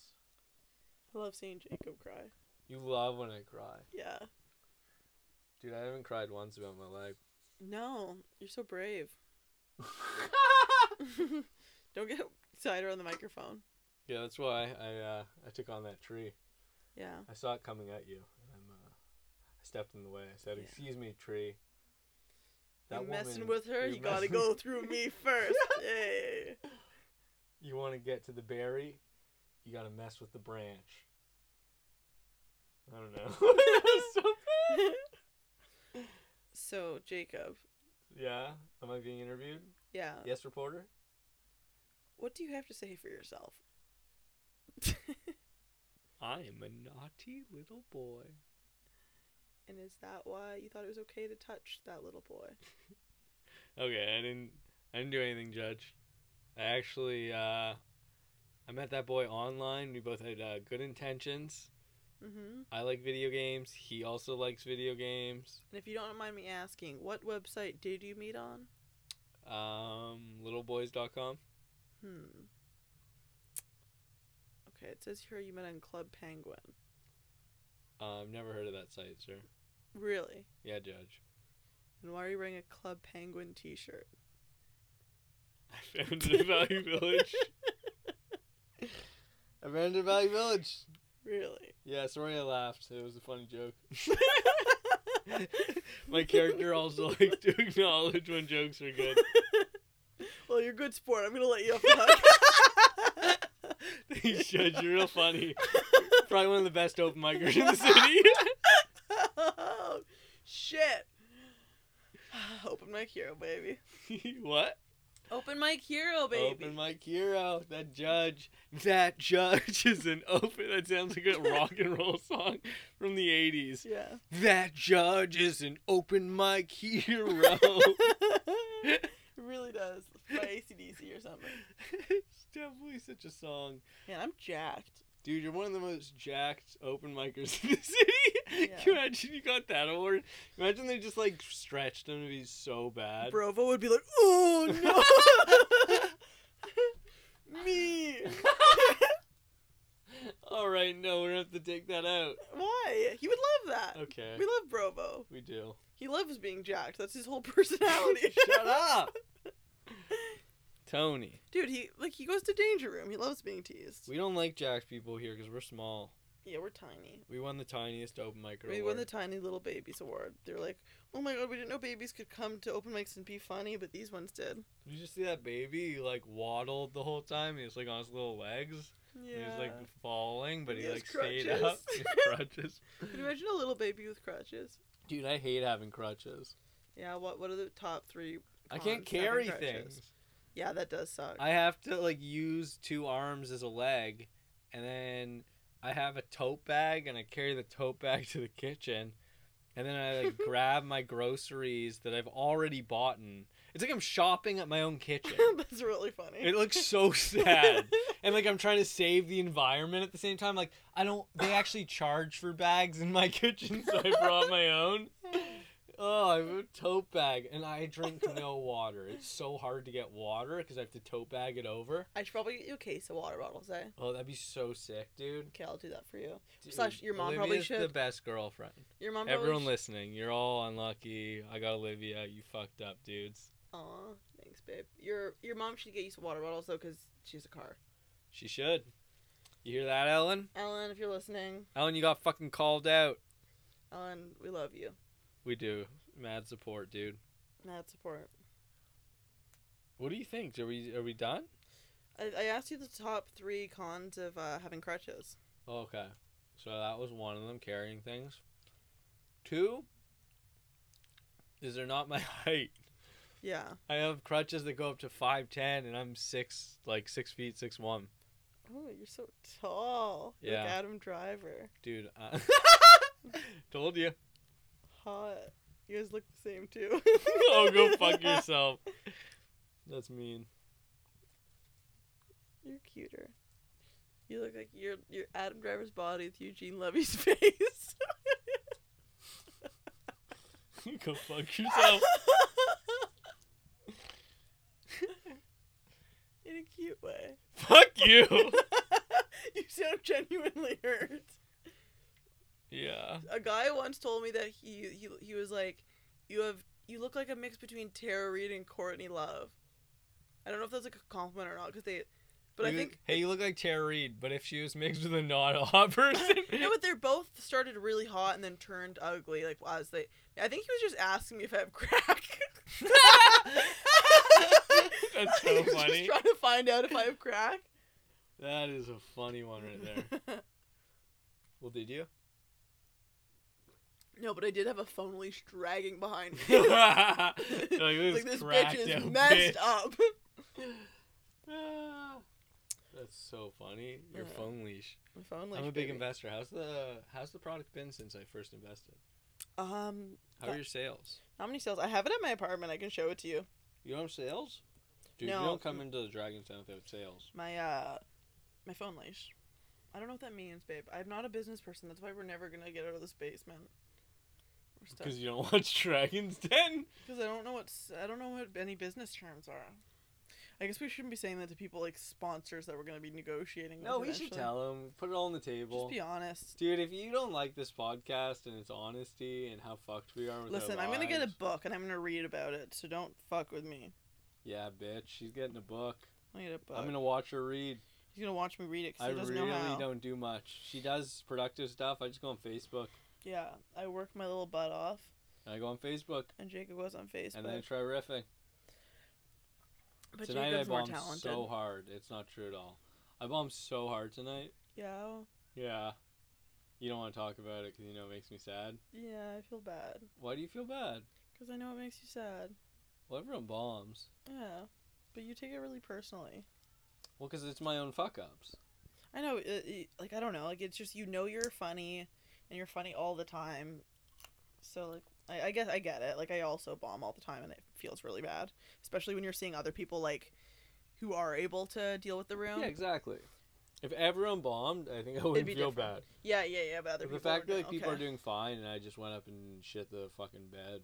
S1: I love seeing Jacob cry.
S2: You love when I cry,
S1: Yeah.
S2: dude. I haven't cried once about my life.
S1: No, you're so brave. don't get cider on the microphone.
S2: yeah, that's why I uh, I took on that tree.
S1: Yeah.
S2: I saw it coming at you, and I'm, uh, I stepped in the way. I said,
S1: Yeah.
S2: "Excuse me, tree."
S1: you messing
S2: woman-
S1: with her,
S2: you're
S1: you gotta
S2: messing-
S1: go through me first. Yay.
S2: You want to get to the berry, you gotta mess with the branch. I don't know. So-
S1: so Jacob,
S2: yeah, am I being interviewed?
S1: yeah.
S2: Yes, reporter.
S1: What do you have to say for yourself?
S2: I am a naughty little boy.
S1: and is that why you thought it was okay to touch that little boy?
S2: Okay, I didn't. I didn't do anything, Judge. I actually, uh, I met that boy online. We both had uh, good intentions.
S1: Mm-hmm.
S2: I like video games. He also likes video games.
S1: And if you don't mind me asking, what website did you meet on?
S2: Um, littleboys.com.
S1: Hmm. Okay, it says here you met on Club Penguin.
S2: Uh, I've never heard of that site, sir.
S1: Really?
S2: Yeah, Judge.
S1: And why are you wearing a Club Penguin t-shirt?
S2: I found it at Valley Village. I found it at Valley Village.
S1: Really?
S2: Yeah, sorry I laughed. It was a funny joke. My character also likes to acknowledge when jokes are good.
S1: well, you're a good sport. I'm gonna let you off the hook.
S2: Thanks, Judge. You're real funny. Probably one of the best open micers in the city.
S1: oh, shit. Open mic hero, baby.
S2: what?
S1: Open mic hero, baby.
S2: Open mic hero. That judge. That judge is an open. That sounds like a rock and roll song from the 80s.
S1: yeah.
S2: That judge is an open mic hero.
S1: it really does. By ACDC or something.
S2: it's definitely such a song.
S1: Man, I'm jacked.
S2: Dude, you're one of the most jacked open micers in the city.
S1: Yeah.
S2: you imagine you got that award? Imagine they just like stretched him to be so bad.
S1: Brovo would be like, oh no, me.
S2: All right, no, we're gonna have to take that out.
S1: Why? He would love that.
S2: Okay,
S1: We love Brovo.
S2: we do.
S1: He loves being jacked. That's his whole personality.
S2: Shut up, Tony.
S1: Dude, he like he goes to danger room. He loves being teased.
S2: We don't like Jack's people here because we're small.
S1: yeah, we're tiny.
S2: We won the tiniest open mic
S1: We
S2: award.
S1: won the tiny little babies award. They're like, oh my god, we didn't know babies could come to open mics and be funny, but these ones did.
S2: Did you just see that baby? He like waddled the whole time. He was like on his little legs.
S1: Yeah.
S2: He was like falling, but he,
S1: He has
S2: like stayed
S1: crutches.
S2: up. His crutches.
S1: Can you imagine a little baby with crutches?
S2: Dude, I hate having crutches.
S1: Yeah. What What are the top three?
S2: I
S1: cons
S2: can't
S1: to having
S2: carry
S1: crutches?
S2: things.
S1: Yeah, that does suck.
S2: I have to like use two arms as a leg, and then I have a tote bag, and I carry the tote bag to the kitchen, and then I like grab my groceries that I've already bought. It's like I'm shopping at my own kitchen.
S1: That's really funny.
S2: It looks so sad. and like I'm trying to save the environment at the same time. Like I don't. They actually charge for bags in my kitchen, so I brought my own. Oh, I have a tote bag, and I drink no water. It's so hard to get water because I have to tote bag it over.
S1: I should probably get you a case of water bottles, eh?
S2: Oh, that'd be so sick, dude.
S1: Okay, I'll do that for you.
S2: Dude,
S1: Slash, your mom probably
S2: Olivia's the
S1: should.
S2: best girlfriend.
S1: Your mom.
S2: Everyone
S1: probably
S2: listening, you're all unlucky. I got Olivia. You fucked up, dudes.
S1: Aw, thanks, babe. Your Your mom should get you some water bottles though, because she has a car.
S2: She should. You hear that, Ellen?
S1: Ellen, if you're listening,
S2: Ellen, you got fucking called out.
S1: Ellen, we love you.
S2: We do. Mad support, dude.
S1: Mad support.
S2: What do you think? Are we are we done?
S1: I, I asked you the top three cons of uh, having crutches.
S2: Okay. So that was one of them carrying things. Two is they're not my height.
S1: Yeah.
S2: I have crutches that go up to five ten and I'm six like six feet, six one.
S1: Oh, you're so tall. You're Like
S2: Yeah.
S1: Adam Driver.
S2: Dude, I told you.
S1: Hot. You guys look the same too.
S2: oh go fuck yourself. That's mean.
S1: You're cuter. You look like you're, you're Adam Driver's body with Eugene Levy's face.
S2: go fuck yourself.
S1: In a cute way.
S2: fuck you.
S1: you sound genuinely hurt.
S2: Yeah.
S1: A guy once told me that he he, he was like, "You have you look like a mix between Tara Reid and Courtney Love." I don't know if that's like a compliment or not, because they, but I
S2: You-
S1: think
S2: Hey, you look like Tara Reid, but if she was mixed with a not hot person
S1: no, but they're both started really hot and then turned ugly. Like as they, I think he was just asking me if I have crack.
S2: That's
S1: he
S2: so
S1: was Just
S2: funny.
S1: trying to find out if I have crack.
S2: That is a funny one right there. Well, did you?
S1: no, but I did have a phone leash dragging behind me.
S2: You're like,
S1: It's
S2: this
S1: like this
S2: cracked
S1: bitch is
S2: out
S1: messed
S2: bitch.
S1: up.
S2: Ah, That's so funny. Your
S1: Yeah.
S2: phone leash.
S1: My phone leash.
S2: I'm a big
S1: baby.
S2: investor. How's the how's the product been since I first invested?
S1: Um,
S2: How are your sales?
S1: how many sales? I have it at my apartment. I can show it to you.
S2: You don't have sales? Dude,
S1: No.
S2: you don't come into the Dragon's Den without sales.
S1: My uh, my phone leash. I don't know what that means, babe. I'm not a business person. That's why we're never gonna get out of this basement. We're stuck.
S2: Because you don't watch Dragon's Den.
S1: Because I don't know what's I don't know what any business terms are. I guess we shouldn't be saying that to people like sponsors that we're gonna be negotiating.
S2: No,
S1: with
S2: we should
S1: eventually.
S2: tell them. Put it all on the table.
S1: Just be honest.
S2: Dude, if you don't like this podcast and its honesty and how fucked we are with our
S1: Listen, I'm gonna get a
S2: lives-
S1: book and I'm gonna read about it. So don't fuck with me.
S2: Yeah, bitch, she's getting a book.
S1: I need a book.
S2: I'm gonna watch her read.
S1: He's gonna watch me read it
S2: I
S1: because he doesn't
S2: really
S1: know how.
S2: don't do much. She does productive stuff. I just go on Facebook.
S1: Yeah, I work my little butt off,
S2: And I go on Facebook,
S1: and Jacob goes on Facebook.
S2: and then I try riffing.
S1: but
S2: tonight I
S1: Jacob's more
S2: bombed
S1: talented.
S2: so hard. It's not true at all. I bombed so hard tonight.
S1: Yeah,
S2: Yeah. You don't want to talk about it because you know it makes me sad.
S1: yeah, I feel bad
S2: Why do you feel bad?
S1: because I know it makes you sad.
S2: Well, everyone bombs.
S1: Yeah, but you take it really personally.
S2: Well, because it's my own fuck ups.
S1: I know, it, it- like I don't know, like it's just you know you're funny, and you're funny all the time. So like I, I guess I get it. Like I also bomb all the time, and it feels really bad, especially when you're seeing other people like who are able to deal with the room.
S2: Yeah, exactly. If everyone bombed, I think I wouldn't
S1: be
S2: feel
S1: different.
S2: bad.
S1: Yeah, yeah, yeah. But other
S2: the
S1: people
S2: fact
S1: were
S2: that like
S1: doing-
S2: people are
S1: okay.
S2: doing fine and I just went up and shit the fucking bed.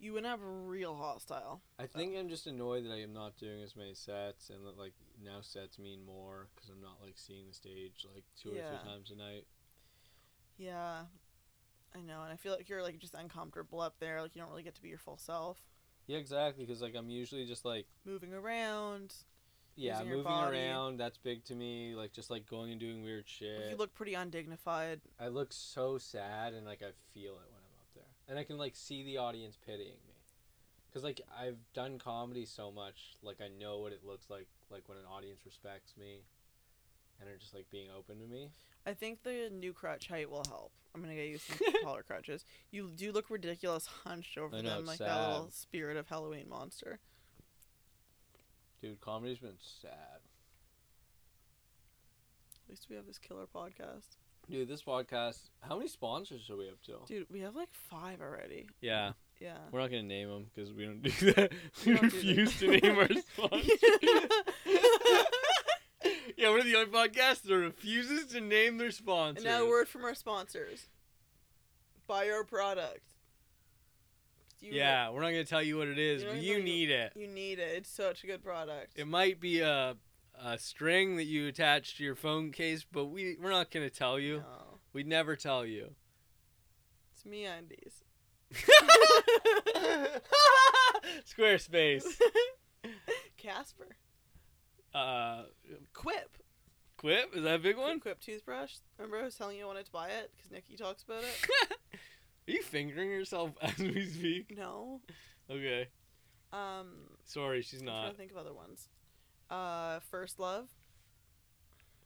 S1: You went up real hostile.
S2: I think I'm just annoyed that I am not doing as many sets and that like now sets mean more because I'm not like seeing the stage like two or
S1: Yeah.
S2: three times a night.
S1: Yeah, I know, and I feel like you're like just uncomfortable up there. Like you don't really get to be your full self.
S2: Yeah, exactly. Because like I'm usually just like
S1: Moving around,
S2: yeah
S1: Using your
S2: moving
S1: body.
S2: around. That's big to me. Like just like going and doing weird shit.
S1: like, you look pretty undignified.
S2: I look so sad and like I feel it when I'm up there. And I can like see the audience pitying me. Cuz like I've done comedy so much, like I know what it looks like like when an audience respects me and are just like being open to me.
S1: I think the new crutch height will help. I'm gonna get you some taller crutches. You do look ridiculous hunched over
S2: I know,
S1: them,
S2: it's
S1: like that little
S2: sad.
S1: spirit of Halloween monster.
S2: Dude, comedy's been sad.
S1: At least we have this killer podcast,
S2: Dude, this podcast, how many sponsors are we up to?
S1: dude. We have like five already.
S2: Yeah,
S1: Yeah.
S2: we're not going to name them cuz we don't do that. We,
S1: We don't do
S2: refuse
S1: that.
S2: to name our sponsors. yeah, we're the only podcast that refuses to name their sponsors.
S1: and now a word from our sponsors. Buy our product. You
S2: yeah, we're not gonna tell you what it is,
S1: You
S2: but
S1: don't
S2: you
S1: even-
S2: need it.
S1: You need it. It's such a good product.
S2: It might be a a string that you attach to your phone case, but we we're not gonna tell you.
S1: No.
S2: We'd never tell you.
S1: It's me undies.
S2: Squarespace,
S1: Casper.
S2: uh,
S1: Quip.
S2: Quip is that a big one?
S1: Quip toothbrush. Remember I was telling you I wanted to buy it because Nikki talks about it?
S2: Are you fingering yourself as we speak?
S1: No.
S2: Okay,
S1: Um
S2: sorry, she's
S1: I'm trying
S2: not.
S1: to think of other ones. Uh First Love.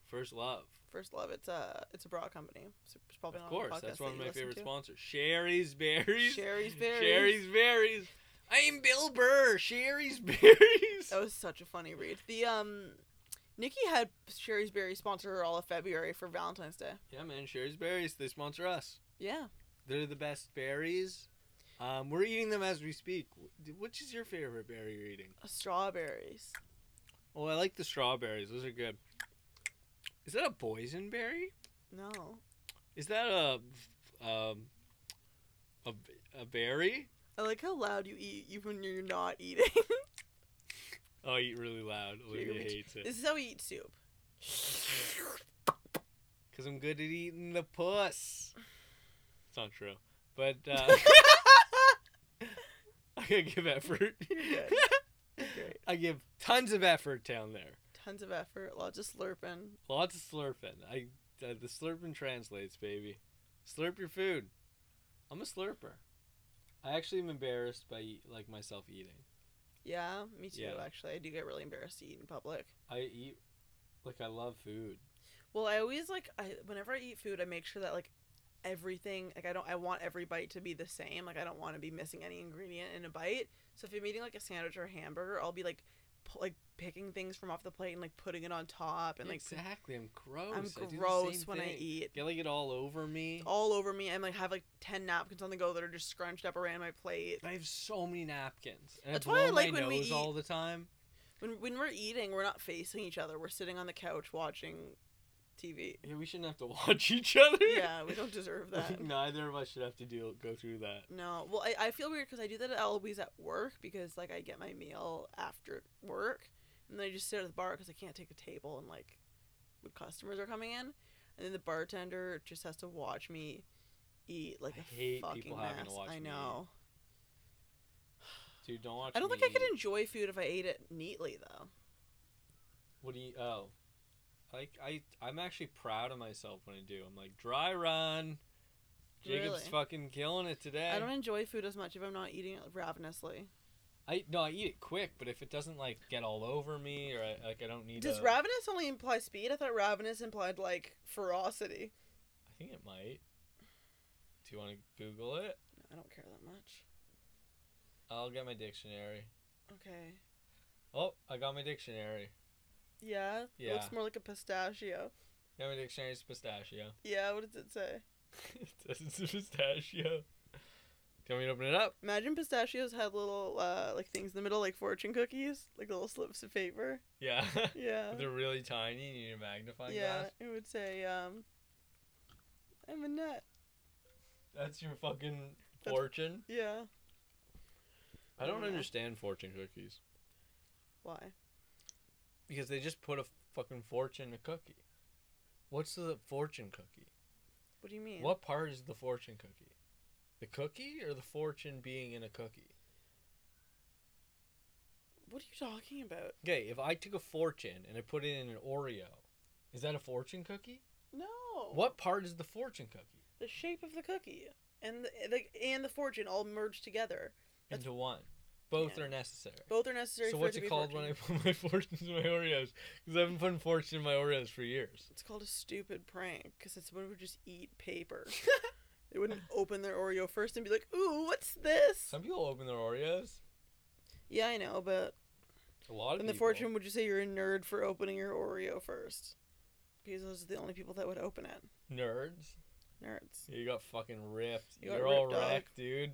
S2: First love,
S1: First Love, it's a it's a bra company. So It's probably
S2: of
S1: not
S2: course.
S1: on the podcast
S2: That's one of
S1: that you
S2: my
S1: listen
S2: favorite
S1: to.
S2: sponsors. Sherry's Berries.
S1: Sherry's Berries.
S2: Sherry's Berries. I'm Bill Burr. Sherry's Berries.
S1: That was such a funny read. The um Nikki had Sherry's Berry sponsor her all of February for Valentine's Day.
S2: Yeah, man. Sherry's Berries. They sponsor us.
S1: Yeah.
S2: They're the best berries. Um, we're eating them as we speak. Wh- Which is your favorite berry you're eating?
S1: Strawberries.
S2: Oh, I like the strawberries. Those are good. Is that a boysenberry?
S1: No.
S2: Is that a um a, a berry?
S1: I like how loud you eat even when you're not eating.
S2: Oh, I eat really loud. Olivia
S1: Dude,
S2: hates it.
S1: this is how we eat soup.
S2: Cause I'm good at eating the puss. It's not true, but uh, I gotta give effort.
S1: You're Great.
S2: I give tons of effort down there.
S1: Tons of effort, lots of slurping.
S2: Lots of slurping. I uh, the slurping translates, baby. Slurp your food. I'm a slurper. I actually am embarrassed by like myself eating.
S1: Yeah, me too,
S2: Yeah.
S1: actually. I do get really embarrassed to eat in public.
S2: I eat like I love food.
S1: Well, I always like I whenever I eat food, I make sure that like everything like I don't I want every bite to be the same. Like I don't want to be missing any ingredient in a bite. So if I'm eating like a sandwich or a hamburger, I'll be like pu- like picking things from off the plate and like putting it on top and like
S2: exactly, I'm gross.
S1: I'm
S2: I do the
S1: gross
S2: same
S1: when I
S2: thing.
S1: eat.
S2: Get like it all over me.
S1: All over me, and like have like ten napkins on the go that are just scrunched up around my plate.
S2: I have so many napkins. And
S1: That's
S2: I blow
S1: why I
S2: my
S1: like when we
S2: nose
S1: eat-
S2: all the time.
S1: When when we're eating, we're not facing each other. We're sitting on the couch watching TV.
S2: Yeah, we shouldn't have to watch each other.
S1: Yeah, we don't deserve that.
S2: Like, neither of us should have to deal go through that.
S1: No, well, I, I feel weird because I do that always at work because like I get my meal after work, and then I just sit at the bar because I can't take a table and like when customers are coming in, and then the bartender just has to watch me eat like
S2: I
S1: a
S2: hate
S1: fucking
S2: people
S1: mess.
S2: having to watch
S1: I
S2: me
S1: know.
S2: Dude, don't watch.
S1: I don't think
S2: me
S1: I could
S2: eat.
S1: enjoy food if I ate it neatly though.
S2: What do you? Oh, like I, I'm actually proud of myself when I do. I'm like dry run. Jacob's
S1: Really?
S2: fucking killing it today.
S1: I don't enjoy food as much if I'm not eating it ravenously.
S2: I no, I eat it quick, but if it doesn't like get all over me or I, like I don't need.
S1: Does
S2: a-
S1: ravenous only imply speed? I thought ravenous implied like ferocity.
S2: I think it might. Do you want to Google it?
S1: I don't care that much.
S2: I'll get my dictionary.
S1: Okay.
S2: Oh, I got my dictionary.
S1: Yeah. It
S2: Yeah.
S1: looks more like a pistachio.
S2: Yeah, my dictionary is pistachio.
S1: Yeah, what does it say?
S2: it says it's a pistachio. Do you want me to open it up?
S1: Imagine pistachios had little uh like things in the middle, like fortune cookies, like little slips of paper.
S2: Yeah.
S1: Yeah.
S2: They're really tiny. and You need a magnifying
S1: yeah.
S2: glass.
S1: It would say, um I'm a nut.
S2: That's your fucking
S1: That's-
S2: fortune.
S1: Yeah.
S2: I don't
S1: Yeah.
S2: understand fortune cookies
S1: Why?
S2: because they just put a fucking fortune in a cookie. What's the fortune cookie?
S1: What do you mean?
S2: What part is the fortune cookie? The cookie or the fortune being in a cookie?
S1: What are you talking about?
S2: Okay, if I took a fortune and I put it in an Oreo, is that a fortune cookie?
S1: No.
S2: What part is the fortune cookie?
S1: The shape of the cookie and the, the and the fortune all merged together. That's-
S2: Into one. Both
S1: Yeah.
S2: are necessary.
S1: Both are necessary.
S2: So
S1: for
S2: what's
S1: to
S2: it
S1: be
S2: called
S1: fortune.
S2: when I put my fortunes in my Oreos? Because I've been putting fortune in my Oreos for years.
S1: It's called a stupid prank because it's someone would just eat paper. they wouldn't open their Oreo first and be like, "Ooh, what's this?"
S2: Some people open their Oreos.
S1: Yeah, I know, but
S2: A lot of
S1: and the
S2: people.
S1: fortune would just say you're a nerd for opening your Oreo first, because those are the only people that would open it.
S2: nerds.
S1: Nerds.
S2: You got fucking ripped.
S1: You
S2: You
S1: got
S2: are all
S1: ripped, dog.
S2: wrecked, dude.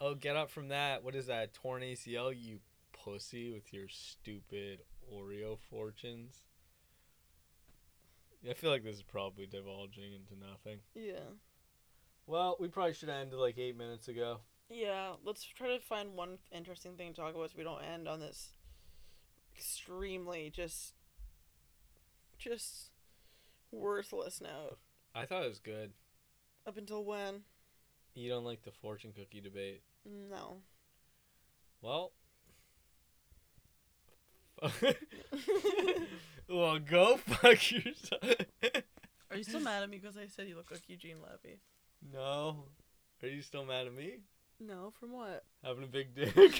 S2: Oh, get up from that. What is that? Torn ACL, you pussy, with your stupid Oreo fortunes. I feel like this is probably divulging into nothing.
S1: Yeah.
S2: Well, we probably should have ended like eight minutes ago.
S1: Yeah. Let's try to find one interesting thing to talk about so we don't end on this extremely just just worthless note.
S2: I thought it was good.
S1: Up until when?
S2: You don't like the fortune cookie debate.
S1: No.
S2: Well. well, go fuck yourself.
S1: Are you still mad at me because I said you look like Eugene Levy?
S2: no. Are you still mad at me?
S1: No, from what?
S2: Having a big dick.
S1: Babe,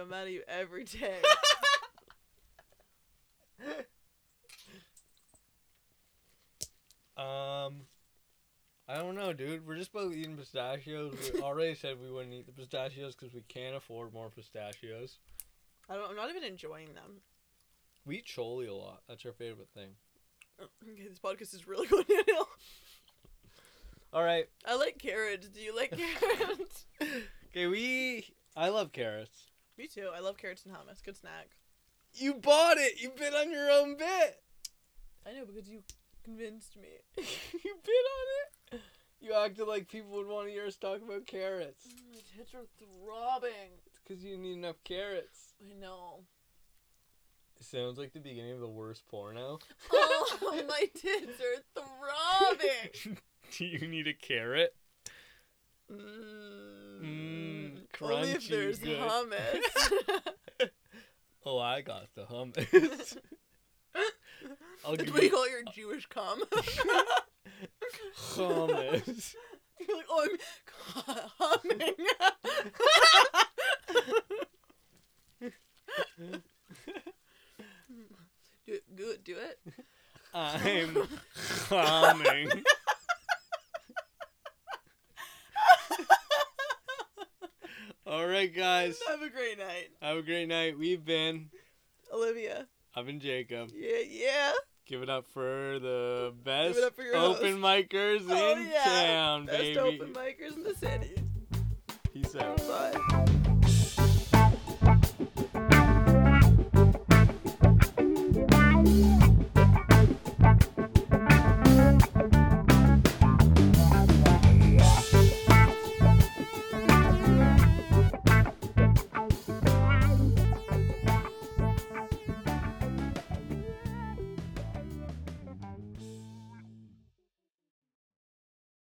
S1: I'm mad at you every day.
S2: um, I don't know, dude. We're just both eating pistachios. We already said we wouldn't eat the pistachios because we can't afford more pistachios.
S1: I don't, I'm not even enjoying them.
S2: We eat choli a lot. That's our favorite thing.
S1: Okay, this podcast is really going downhill.
S2: All right.
S1: I like carrots. Do you like carrots?
S2: Okay, we. I love carrots.
S1: me too. I love carrots and hummus. Good snack.
S2: You bought it. You bit on your own bit.
S1: I know because you convinced me.
S2: you bit on it. You acted like people would want to hear us talk about carrots.
S1: My tits are throbbing.
S2: It's because you didn't eat enough carrots.
S1: I know.
S2: Sounds like the beginning of the worst porno.
S1: Oh, my tits are throbbing.
S2: Do you need a carrot?
S1: Mm,
S2: Mm,
S1: only if
S2: crunchy,
S1: there's
S2: good.
S1: hummus.
S2: Oh, I got the hummus. I'll
S1: That's
S2: give
S1: what you
S2: you
S1: call your Jewish cum.
S2: hummus.
S1: You're like, oh, I'm humming. do it, good, do it.
S2: I'm humming. All right, guys.
S1: Have a great night,
S2: Have a great night. We've been.
S1: Olivia.
S2: I've been Jacob.
S1: Yeah, yeah.
S2: Give it up for the best
S1: it up for your
S2: open micers
S1: Oh,
S2: in
S1: yeah.
S2: town,
S1: Best
S2: baby.
S1: open micers in the city.
S2: Peace out.
S1: Bye.